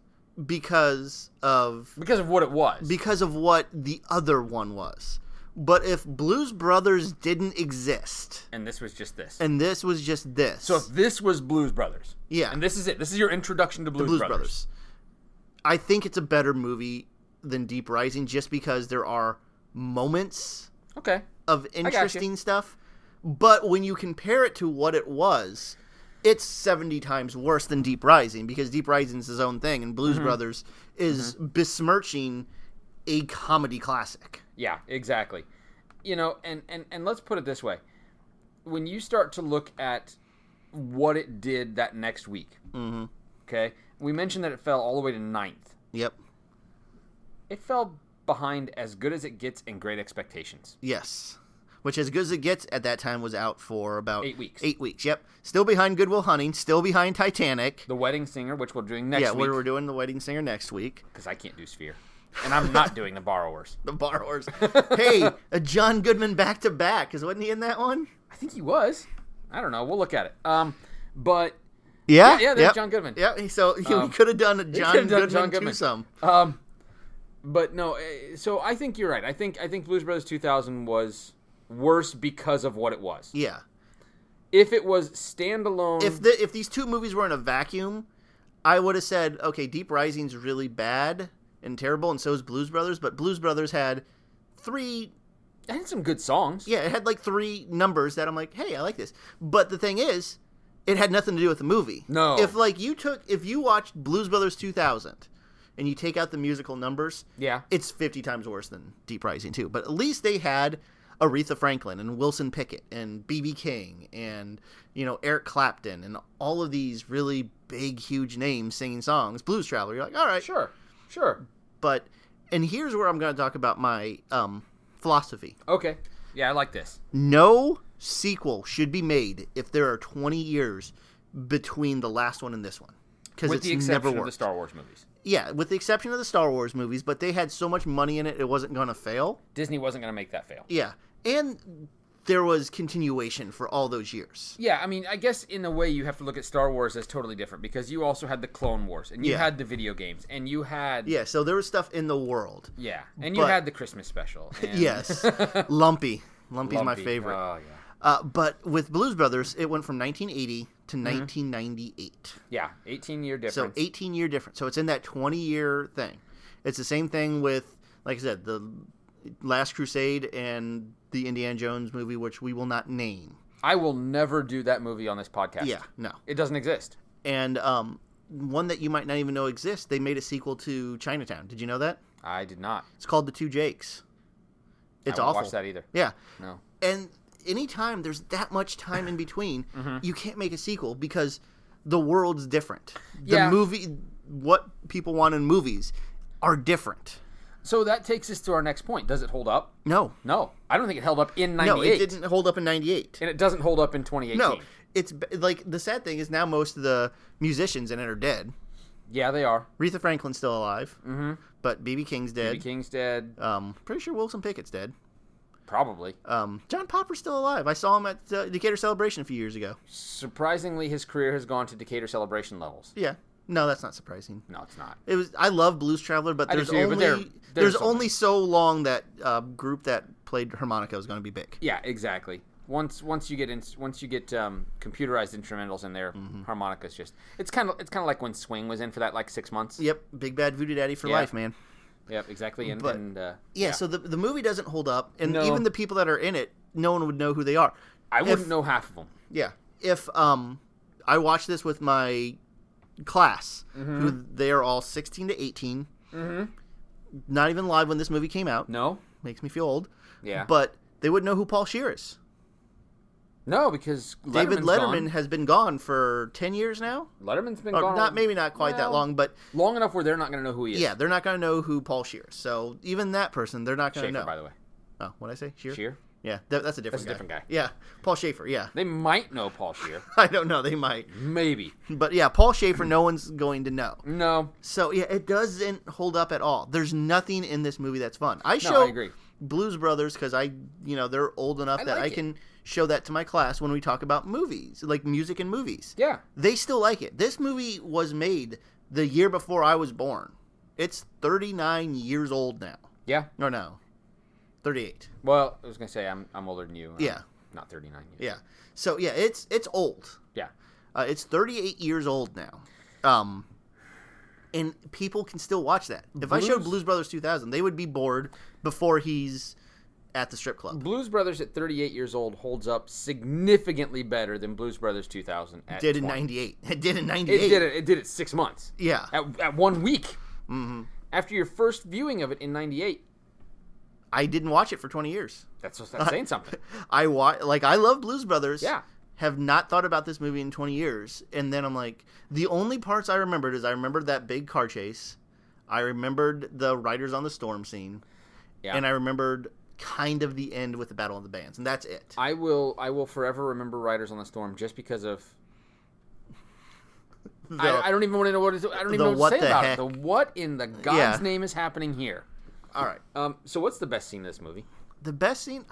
because of
because of what it was.
because of what the other one was. But if Blues Brothers didn't exist
and this was just this.
and this was just this,
so if this was Blues Brothers.
Yeah.
And this is it. This is your introduction to Blues,
Blues
Brothers.
Brothers, I think it's a better movie than Deep Rising just because there are moments
Okay.
of
you.
interesting stuff. But when you compare it to what it was, it's 70 times worse than Deep Rising because Deep Rising is his own thing and Blues
Mm-hmm.
Brothers is besmirching a comedy classic.
Yeah, exactly. You know, and and and let's put it this way: when you start to look at what it did that next week, mm-hmm. okay, we mentioned that it fell all the way to ninth.
Yep.
It fell behind as good as it gets and great expectations.
Yes. Which, as good as it gets at that time, was out for about
Eight weeks.
Eight weeks. Yep. Still behind Goodwill Hunting. Still behind Titanic.
The Wedding Singer, which we're doing next
yeah,
week,
we're, we're doing The Wedding Singer next week.
because I can't do Sphere, and I'm not doing The Borrowers.
The Borrowers. hey, a John Goodman back to back. Because wasn't he in that one?
I think he was. I don't know. We'll look at it. Um, but
Yeah.
yeah, there's
yep.
John Goodman.
Yep. So he could have done a John
Um, done
Goodman,
John Goodman.
twosome.
Um, but no, eh, so I think you're right. I think I think Blues Brothers 2000 was worse because of what it was.
Yeah.
If it was standalone,
If the if these two movies were in a vacuum, I would have said, okay, Deep Rising's really bad, and terrible, and so is Blues Brothers. But Blues Brothers had three
I had some good songs.
yeah, it had like three numbers that I'm like, hey, I like this. But the thing is, it had nothing to do with the movie.
No.
If like you took, if you watched Blues Brothers 2000, and you take out the musical numbers,
Yeah.
it's 50 times worse than Deep Rising 2. But at least they had Aretha Franklin and Wilson Pickett and B.B. King and, you know, Eric Clapton and all of these really big, huge names singing songs. Blues Traveler, you're like, all right.
Sure. Sure.
But, and here's where I'm going to talk about my um, philosophy
Okay. Yeah, I like this.
no sequel should be made if there are 20 years between the last one and this one. Because it's
With the
never
exception of
worked.
the Star Wars movies.
yeah, with the exception of the Star Wars movies, but they had so much money in it, it wasn't going to fail.
Disney wasn't going to make that fail.
Yeah, and there was continuation for all those years.
Yeah, I mean, I guess in a way you have to look at Star Wars as totally different because you also had the Clone Wars and you
Yeah.
had the video games and you had
Yeah, so there was stuff in the world.
yeah, and you
But-
had the Christmas special. And
Yes, Lumpy, Lumpy's my
Lumpy.
favorite.
Oh yeah,
Uh, but with Blues Brothers, it went from 1980 to 1998.
yeah, eighteen year
So
difference.
18 year difference. So it's in that 20 year thing. It's the same thing with, like I said, the Last Crusade and the Indiana Jones movie, which we will not name.
I will never do that movie on this podcast.
Yeah, no.
it doesn't exist.
And um, one that you might not even know exists, they made a sequel to Chinatown. Did you know that?
I did not.
It's called The Two Jakes. It's
I won't
awful.
Watch that either.
Yeah.
No.
And anytime there's that much time in between,
Mm-hmm.
you can't make a sequel because the world's different. The
Yeah.
movie, what people want in movies are different.
So that takes us to our next point. Does it hold up?
No,
No, I don't think it held up in
No, it
'98,
didn't hold up in '98.
and it doesn't hold up in 2018.
No, it's b- like the sad thing is now most of the musicians in it are dead.
Yeah, they are.
Aretha Franklin's still alive, mm-hmm. but BB King's
The
dead.
King's dead,
Um, pretty sure Wilson Pickett's dead.
probably.
Um, John Popper's still alive. I saw him at uh, Decatur Celebration a few years ago.
Surprisingly, his career has gone to Decatur Celebration levels.
Yeah, no, that's not surprising.
No, it's not.
It was. I love Blues Traveler, but
I do
there's
too,
only
but they're- they're
there's
so
only so long that uh, group that played harmonica is going to be big.
Yeah, exactly. Once once you get in, once you get um, computerized instrumentals in there,
Mm-hmm.
harmonicas just it's kind of it's kind of like when swing was in for that like six months.
Yep, Big Bad Voodoo Daddy for
Yeah.
life, man.
Yep, exactly. And,
But-
and uh,
Yeah, so the, the movie doesn't hold up, and
No.
even the people that are in it, no one would know who they are.
I wouldn't
if-
know half of them.
Yeah, if um, I watched this with my class,
Mm-hmm.
who they are all sixteen to 18 Mm-hmm. Not even live when this movie came out.
No,
Makes me feel old.
yeah,
But they would know who Paul Shear is.
no because
David
Letterman's
Letterman
gone.
has been gone for ten years now,
Letterman's been
or
gone
not maybe not quite that
well,
long, but
long enough where they're not going to know who he is.
yeah, they're not going to know who Paul Shear. Is. So even that person, they're not going
Schaefer,
to know.
by the way,
Oh, what I say? Shear.
Shear.
Yeah, that, that's a different.
That's a different guy.
Yeah, Paul Schaefer. Yeah,
They might know Paul Shear,
I don't know. They might,
maybe.
but yeah, Paul Schaefer. no one's going to know.
No,
So yeah, it doesn't hold up at all. There's nothing in this movie that's fun. I
no,
show
I agree.
Blues Brothers because I, you know, they're old enough
I
that
like
I
it.
can show that to my class when we talk about movies, like music and movies.
Yeah,
They still like it. This movie was made the year before I was born. It's 39 years old now.
yeah.
Or no, 38.
Well, I was going to say I'm I'm older than you. I'm
Yeah.
not 39 yet.
Yeah. So yeah, it's it's old.
Yeah.
Uh, it's 38 years old now. Um, and people can still watch that. If I showed
Blues-
Blues Brothers 2000, they would be bored before he's at the strip club.
Blues Brothers at 38 years old holds up significantly better than Blues Brothers 2000 at
Did in
20.
98. It did in
It
98.
did it. It did it six months
Yeah.
at, at one week. Mm-hmm. After your first viewing of it in '98,
I didn't watch it for 20 years.
that's just
Uh,
that's saying something.
I wa- like I love Blues Brothers.
Yeah.
Have not thought about this movie in 20 years, and then I'm like, the only parts I remembered is I remembered that big car chase, I remembered the Riders on the Storm scene,
Yeah.
and I remembered kind of the end with the Battle of the Bands, and that's it.
I will. I will forever remember Riders on the Storm just because of.
The-
I, I don't even want to know what. It, I don't
the
even know what
what
to say
the
about
heck.
it. The what in the God's
Yeah.
name is happening here?
all right,
Um. So what's the best scene in this movie?
the um, best scene,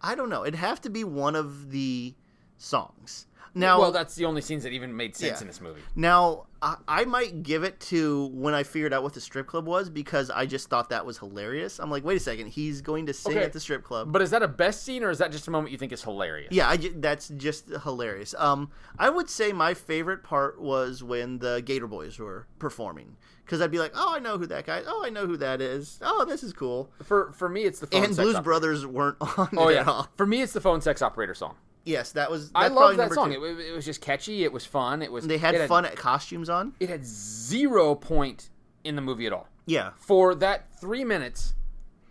I don't know. It'd have to be one of the songs. Now,
well, that's the only scenes that even made sense
Yeah.
in this movie.
now I, I might give it to when I figured out what the strip club was because I just thought that was hilarious. I'm like, wait a second, he's going to sing
Okay.
at the strip club.
But is that a best scene or is that just a moment you think is hilarious?
Yeah, I ju- that's just hilarious. Um, I would say my favorite part was when the Gator Boys were performing because I'd be like, "Oh, I know who that guy. is. Oh, I know who that is. Oh, this is cool."
For for me, it's the phone
And
sex
Blues
operator.
Brothers weren't on
Oh
it
yeah.
at all.
For me, it's the phone sex operator song.
Yes, that was.
I
that's
love
probably
that
number
song.
two.
It, wa- it was just catchy. It was fun. It was.
They had
it
fun at costumes on.
It had zero point in the movie at all.
Yeah,
For that three minutes,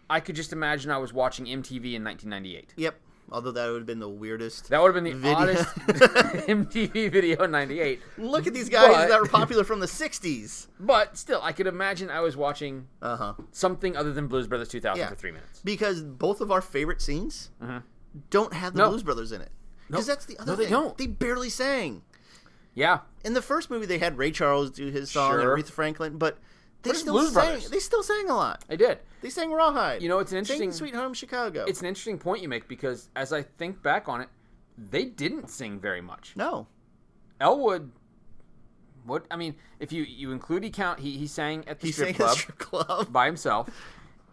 I could just imagine I was watching MTV in 1998.
Yep. Although that would have been the weirdest.
That would have been the
Video.
oddest MTV video in 98.
Look at these guys
But-
that were popular from the '60s.
But still, I could imagine I was watching
Uh huh.
something other than Blues Brothers 2000
Yeah.
for three minutes.
Because both of our favorite scenes don't have the
Uh-huh. No.
Blues Brothers in it. Because
No.
that's the other
No, they
thing.
don't.
They barely sang.
Yeah.
In the first movie, they had Ray Charles do his song
Sure.
and Aretha Franklin, but they
But it's
still
Blues
sang.
Brothers.
They still sang a lot.
I did.
They sang Rawhide.
You know, it's an
Sing
interesting-
Sweet Home Chicago.
It's an interesting point you make because as I think back on it, they didn't sing very much.
no.
Elwood, what I mean, if you you include he count, he he sang at the
He
strip
sang
club
at strip club.
by himself.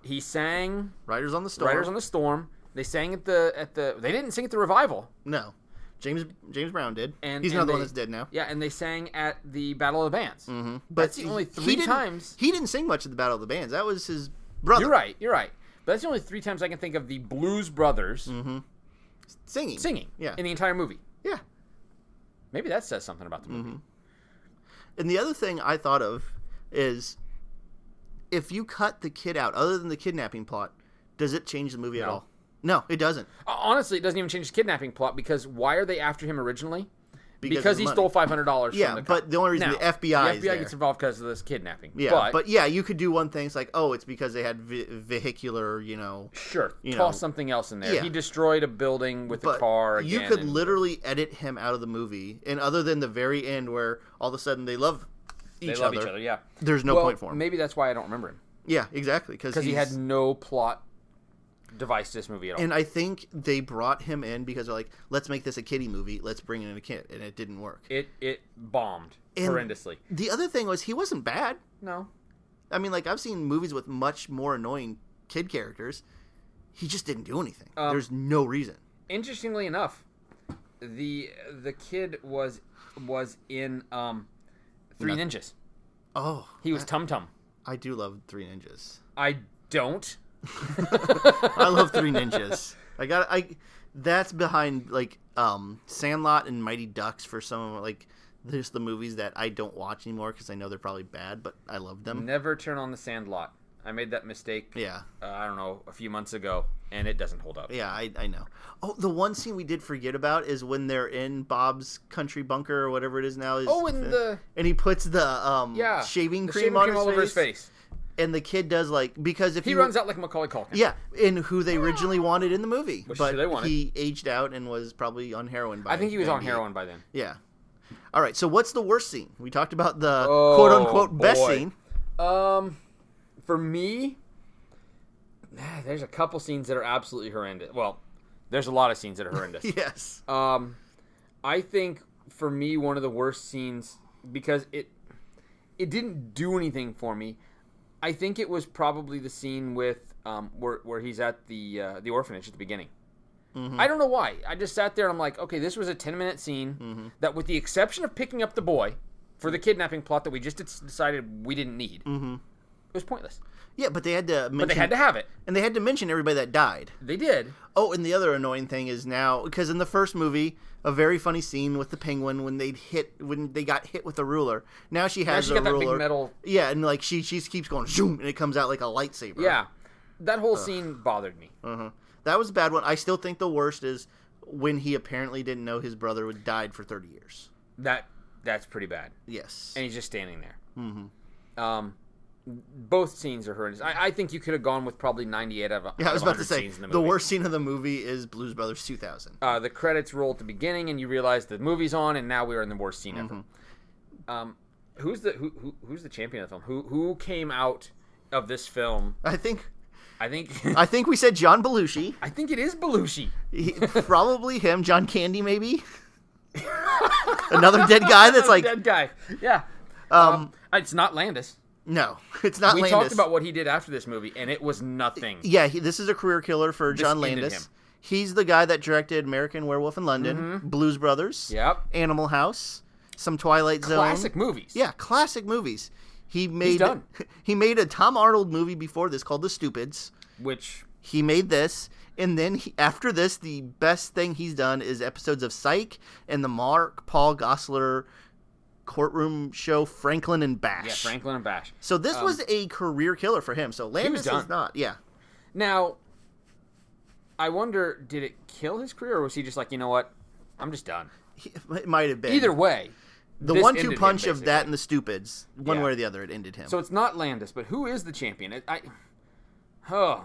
He sang
Riders on the Storm.
Riders on the Storm. They sang at the at the. They didn't sing at the revival.
No. James James Brown did.
And-
He's
and
another one
they-
that's dead now.
Yeah, and they sang at the Battle of the Bands. Mm-hmm.
But
that's the only
he- he
three
didn't-
times.
He didn't sing much at the Battle of the Bands. That was his brother
You're right. You're right. But that's the only three times I can think of the Blues Brothers
singing.
singing
Mm-hmm. Yeah.
in the entire movie.
yeah.
Maybe that says something about the movie.
And the other thing I thought of is if you cut the kid out, other than the kidnapping plot, does it change the movie at
No.
all? No, it doesn't.
Uh, Honestly, it doesn't even change the kidnapping plot because why are they after him originally? Because,
of
he
money.
stole five hundred dollars.
Yeah,
from the
but the only reason
Now,
the FBI
the
is
FBI
there.
gets involved because of this kidnapping.
Yeah,
but,
but, yeah, you could do one thing. It's like, oh, it's because they had vi- vehicular, you know.
sure,
you
toss
know,
something else in there.
yeah.
He destroyed a building with a
But
car.
you
again
could
and-
literally edit him out of the movie, and other than the very end where all of a sudden they love each,
they love
other,
each other. Yeah,
there's no
Well,
point for him.
Maybe that's why I don't remember him
yeah, exactly, because
because he had no plot device to this movie at all.
And I think they brought him in because they're like, let's make this a kiddie movie. Let's bring in a kid, and it didn't work.
it it bombed
And-
horrendously.
The other thing was he wasn't bad.
No,
I mean, like I've seen movies with much more annoying kid characters. He just didn't do anything. There's no reason.
interestingly enough, the the kid was was in um, Three
Nothing.
Ninjas.
Oh,
He was Tum Tum.
I do love Three Ninjas.
I don't.
I love Three Ninjas. I got I. That's behind like um Sandlot and Mighty Ducks for some of like there's the movies that I don't watch anymore because I know they're probably bad, but I love them.
Never turn on the Sandlot. I made that mistake.
Yeah,
uh, I don't know, a few months ago, and it doesn't hold up.
yeah, I I know. Oh, the one scene we did forget about is when they're in Bob's country bunker or whatever it is now. Is
Oh, and the
and he puts the um
yeah
shaving
the
cream on his
all
face,
over his face.
and the kid does like because if
He
you-
runs out like Macaulay Culkin.
yeah, and who they originally wanted in the movie,
Which
but
they wanted.
he aged out and was probably on heroin. By
I think he was on
98.
heroin by then.
Yeah. All right. So what's the worst scene? We talked about the
Oh,
quote unquote best
boy.
scene.
Um, for me, ah, there's a couple scenes that are absolutely horrendous. Well, there's a lot of scenes that are horrendous.
Yes.
um, I think for me one of the worst scenes because it it didn't do anything for me. I think it was probably the scene with um, where where he's at the uh, the orphanage at the beginning.
Mm-hmm.
I don't know why. I just sat there and I'm like, okay, this was a 10 minute scene
Mm-hmm.
that, with the exception of picking up the boy for the kidnapping plot that we just d- decided we didn't need, it was pointless.
Yeah, but they had to mention
But they had to have it.
Mm-hmm. and they had to mention everybody that died.
They did.
Oh, and the other annoying thing is now because in the first movie, a very funny scene with the penguin when they'd hit when they got hit with a ruler. Now she
Now
has
she
a
got that
ruler.
big metal.
Yeah, and like she she just keeps going zoom and it comes out like a lightsaber.
Yeah. That whole scene bothered me.
Uh-huh. That was a bad one. I still think the worst is when he apparently didn't know his brother would died for 30 years.
That That's pretty bad.
Yes.
and he's just standing there. Mm-hmm. Um, both scenes are horrendous. I, I think you could have gone with probably ninety-eight out of
yeah, I was about to say
scenes in
the,
the, movie.
worst scene of the movie is Blues Brothers 2000.
Uh, the credits roll at the beginning, and you realize the movie's on, and now we are in the worst scene
Mm-hmm.
ever. Um, who's the who, who who's the champion of the film? Who who came out of this film?
I think
I think
I think we said John Belushi.
I think it is Belushi.
He- probably him, John Candy maybe. another dead guy that's like
dead guy. Yeah.
um
It's not Landis.
no it's not
we
landis
talked about what he did after this movie, and it was nothing.
yeah he, this is a career killer for john
ended
landis
him. Mm-hmm.
he's the guy that directed american werewolf in london blues brothers
Yep.
animal house some twilight zone
Classic movies.
yeah classic movies he made
done.
he made a tom arnold movie before this called the stupids
Which
he made this and then he, after this the best thing he's done is episodes of psych and the mark paul gossler courtroom show franklin and bash
yeah, Franklin and Bash.
so this was a career killer for him so landis
Um, done.
is not yeah
Now, I wonder, did it kill his career, or was he just like, you know what, I'm just done?
he, it might have been
Either way,
the
this
one-two
ended him,
punch of that
basically.
and the stupids one
Yeah.
way or the other it ended him
So it's not Landis, but who is the champion? I, I oh,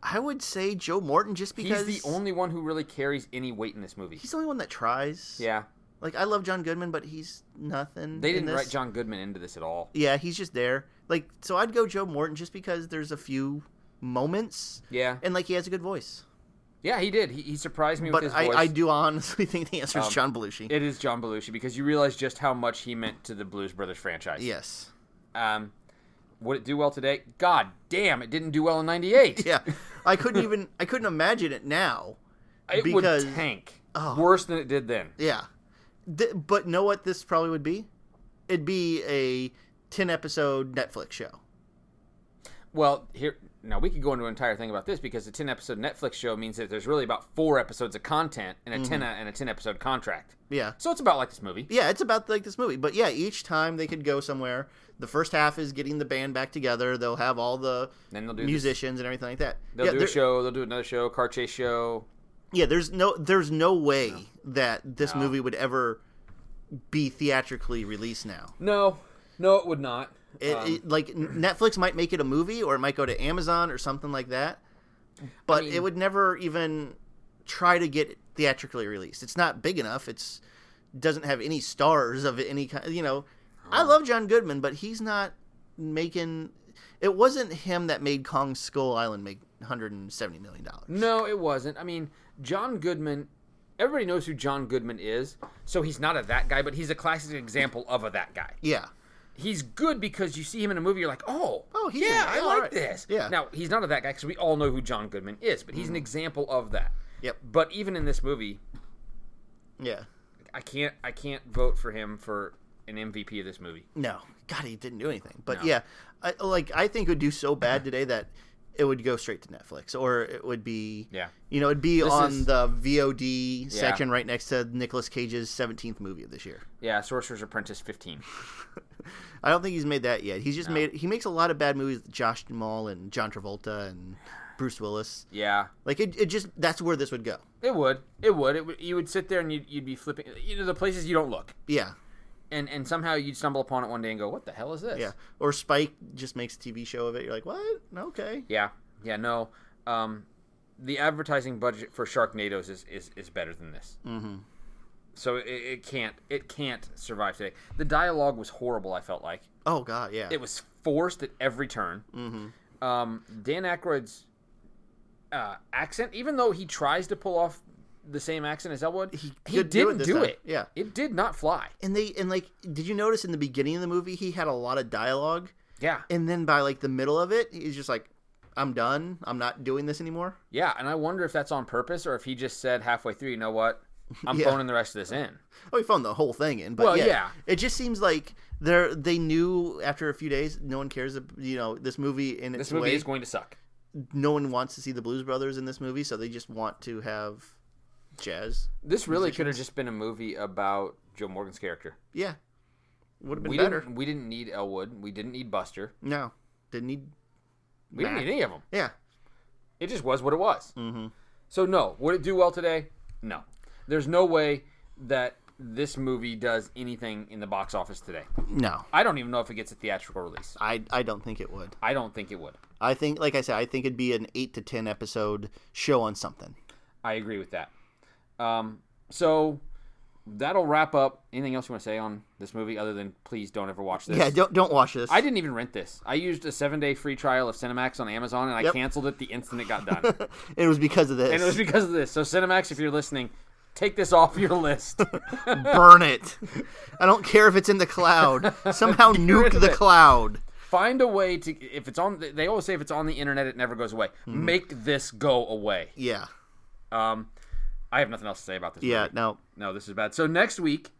i would say joe morton just because
he's the only one who really carries any weight in this movie.
he's the only one that tries
Yeah,
like i love john goodman but he's nothing
they
in
didn't
this.
write John Goodman into this at all.
Yeah, he's just there. Like, so I'd go Joe Morton just because there's a few moments,
Yeah,
and like he has a good voice.
yeah, he did. He, he surprised me
But
with his
I,
voice. Um,
I do honestly think the answer is John Belushi.
It is John Belushi because you realize just how much he meant to the Blues Brothers franchise.
yes.
Um, would it do well today? God damn, it didn't do well in '98.
Yeah. I couldn't even I couldn't imagine it now.
It
Because-
would tank
Oh.
worse than it did then.
Yeah. Th- but know what this probably would be? It'd be a ten episode Netflix show.
Well, here now we could go into an entire thing about this because a ten episode Netflix show means that there's really about four episodes of content and a ten
Mm-hmm.
and a ten episode contract.
Yeah.
So it's about like this movie.
Yeah, it's about like this movie. But yeah, each time they could go somewhere. The first half is getting the band back together. They'll have all the
Then they'll do this-
musicians and everything like that.
they'll
yeah,
do a
they're-
show. They'll do another show, car chase show.
Yeah, there's no there's no way that this movie would ever be theatrically released now.
No, no, it would not.
It, it- like n- Netflix might make it a movie, or it might go to Amazon or something like that, but
mean-
it would never even try to get theatrically released. It's not big enough. It's doesn't have any stars of any kind. You know, I love John Goodman, but he's not making. It wasn't him that made Kong Skull Island make 170 million dollars.
No, it wasn't. I mean, John Goodman. Everybody knows who John Goodman is, so he's not a that guy, but he's a classic example of a that guy.
Yeah,
He's good because you see him in a movie, you're like, oh,
Oh, he's in
yeah,
it.
I
Yeah,
like
alright.
this.
Yeah. Mm-hmm.
Now he's not a that guy because we all know who John Goodman is, but he's an example of that.
Yep.
But even in this movie,
yeah.
I can't I can't vote for him for an MVP of this movie.
No, God, he didn't do anything. But
No.
yeah, I, like I think it would do so bad today that it would go straight to Netflix, or it would be,
Yeah.
you know, it'd be on
is-
the VOD section right next to Nicolas Cage's seventeenth movie of this year.
Yeah, Sorcerer's Apprentice 15.
I don't think he's made that yet. He's just made he makes a lot of bad movies, with Josh Duhamel and John Travolta and Bruce Willis.
Yeah,
Like it, it just that's where this would go.
it would, it would, it would. You would sit there and you'd, you'd be flipping, you know, the places you don't look,
Yeah,
and and somehow you'd stumble upon it one day and go, what the hell is this?
yeah. Or Spike just makes a TV show of it. You're like, what? Okay.
Yeah, yeah, no. Um, the advertising budget for Sharknadoes is is, is better than this. Mm-hmm. So it, it can't it can't survive today. The dialogue was horrible. I felt like
Oh God, yeah.
it was forced at every turn. Mm-hmm. Um, Dan Aykroyd's uh, accent, even though he tries to pull off the same accent as Elwood, he,
could do it
didn't
this
do
time.
it.
Yeah.
it did not fly.
and they and like, did you notice in the beginning of the movie he had a lot of dialogue?
Yeah,
and then by like the middle of it he's just like i'm done i'm not doing this anymore
yeah. And I wonder if that's on purpose or if he just said halfway through, you know what, I'm
Yeah.
phoning the rest of this in.
oh he phoned the whole thing in but
Well,
yeah,
yeah.
it just seems like they're they knew after a few days no one cares ab- you know this movie in its
This movie
way
is going to suck.
no one wants to see the blues brothers in this movie so they just want to have jazz
This really could have just been a movie about Joe Morgan's character.
yeah would have been
we
better
didn't. We didn't need Elwood. We didn't need Buster.
no didn't need
We
Nah.
didn't need any of them.
yeah
It just was what it was. Mm-hmm. So no, would it do well today? No. There's no way that this movie does anything in the box office today.
no
I don't even know if it gets a theatrical release.
I, I don't think it would.
I don't think it would.
I think, like I said, I think it'd be an eight to ten episode show on something.
I agree with that. Um, so that'll wrap up. Anything else you want to say on this movie other than please don't ever watch this?
Yeah, don't don't watch this.
I didn't even rent this. I used a seven day free trial of Cinemax on Amazon, and I
Yep.
canceled it the instant it got done.
it was because of this.
and it was because of this. So Cinemax, if you're listening, Take this off your list.
Burn it. I don't care if it's in the cloud. Somehow
rid
nuke
of
the
it.
cloud.
Find a way to if it's on. They always say if it's on the internet, it never goes away.
Mm-hmm.
Make this go away.
Yeah.
Um, I have nothing else to say about this.
Yeah.
movie.
No.
No, this is bad. So next week,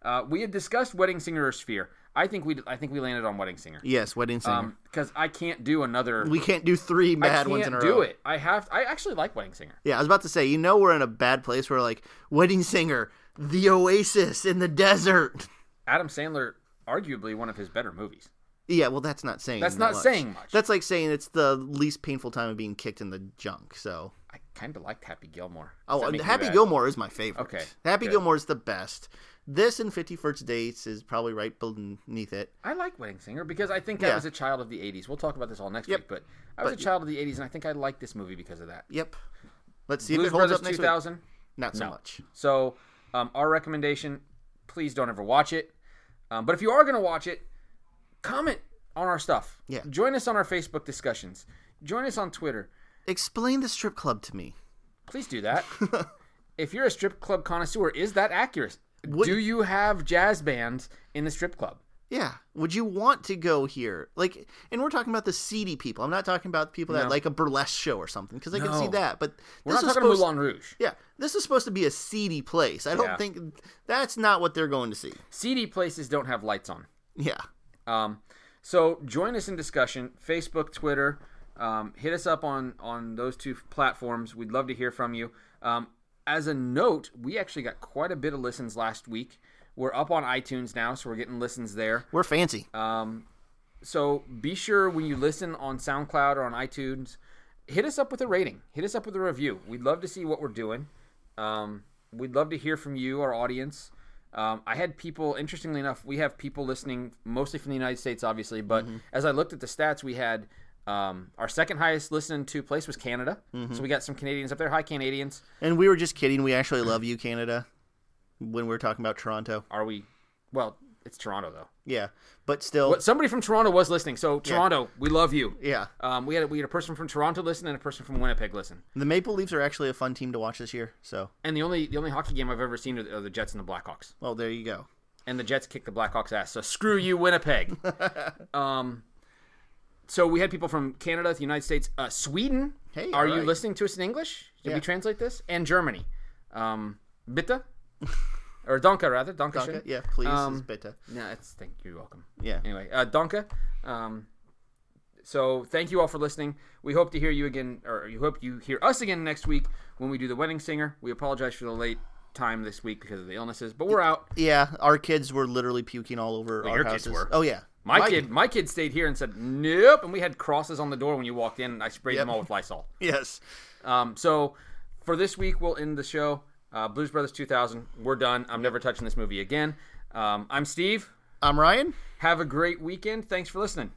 uh, we had discussed Wedding Singer or Sphere. I think we I think we landed on Wedding Singer.
Yes. Wedding singer.
Um, because I can't do another.
we can't do three
I
bad
can't
ones in a row.
do it. I have. I actually like Wedding Singer.
Yeah, I was about to say, you know, we're in a bad place. We're like wedding singer, the oasis in the desert.
Adam Sandler, arguably one of his better movies.
Yeah, well, that's not saying.
That's not
much.
saying much.
That's like saying it's the least painful time of being kicked in the junk. So,
I kind of liked Happy Gilmore. Does
oh,
that make me
Happy
bad?
Gilmore is my favorite.
Okay,
Happy
good.
Gilmore is the best. This and Fifty First Dates is probably right beneath it.
I like Wedding Singer because I think I
Yeah.
was a child of the '80s. We'll talk about this all next
Yep.
week, but I was
But-
a child of the '80s, and I think I like this movie because of that.
Yep. Let's see
Blues
if it holds
Brothers
up next week.
2000.
Not so
No.
much.
So, um, our recommendation: please don't ever watch it. Um, but if you are going to watch it, comment on our stuff.
Yeah.
Join us on our Facebook discussions. Join us on Twitter.
Explain the strip club to me.
Please do that. if you're a strip club connoisseur, is that accurate?
Would-
Do you have jazz bands in the strip club?
Yeah. Would you want to go here? Like, and we're talking about the seedy people. I'm not talking about people that
No.
like a burlesque show or something because I can see
No.
that. But
We're
this
not
is
talking
supposed.
Moulin Rouge.
yeah, this is supposed to be a seedy place. I don't
Yeah.
think that's not what they're going to see.
CD places don't have lights on.
Yeah.
Um, so join us in discussion. Facebook, Twitter, um, hit us up on on those two platforms. We'd love to hear from you. Um, as a note, we actually got quite a bit of listens last week. We're up on iTunes now, so we're getting listens there.
We're fancy.
Um, so be sure when you listen on SoundCloud or on iTunes, hit us up with a rating. Hit us up with a review. We'd love to see what we're doing. Um, we'd love to hear from you, our audience. Um, I had people, interestingly enough, we have people listening mostly from the United States, obviously, but as I looked at the stats, we had um, our second highest listened to place was Canada. So we got some Canadians up there. Hi, Canadians.
and we were just kidding. We actually love you, Canada, when we were talking about Toronto.
Are we? Well, it's Toronto, though.
Yeah. But still,
But somebody from Toronto was listening. So, Toronto, we love you.
yeah.
Um, we had we had a person from Toronto listen and a person from Winnipeg listen.
The Maple Leafs are actually a fun team to watch this year. So,
And the only the only hockey game I've ever seen are the, are the Jets and the Blackhawks.
well, there you go.
And the Jets kicked the Blackhawks ass. So screw you, Winnipeg. um, so we had people from Canada, the United States, uh, Sweden.
Hey,
are you
alright.
listening to us in English? Did
Yeah.
we translate this? And Germany, um, bitte or Donka rather Donka.
Okay,
should-
yeah, please.
Um,
is better.
No, it's thank you. You're welcome.
Yeah.
Anyway, uh, Donka. Um, so thank you all for listening. We hope to hear you again, or you hope you hear us again next week when we do the wedding singer. We apologize for the late time this week because of the illnesses, but we're out.
Yeah, our kids were literally puking all over our
your kids
houses.
were.
Oh yeah,
My, kid, my kid stayed here and said nope, and we had crosses on the door when you walked in. And I sprayed them all with Lysol.
Yes.
Um, so for this week, we'll end the show. Uh, Blues Brothers 2000. We're done. I'm never touching this movie again. Um, I'm Steve.
I'm Ryan.
Have a great weekend. Thanks for listening.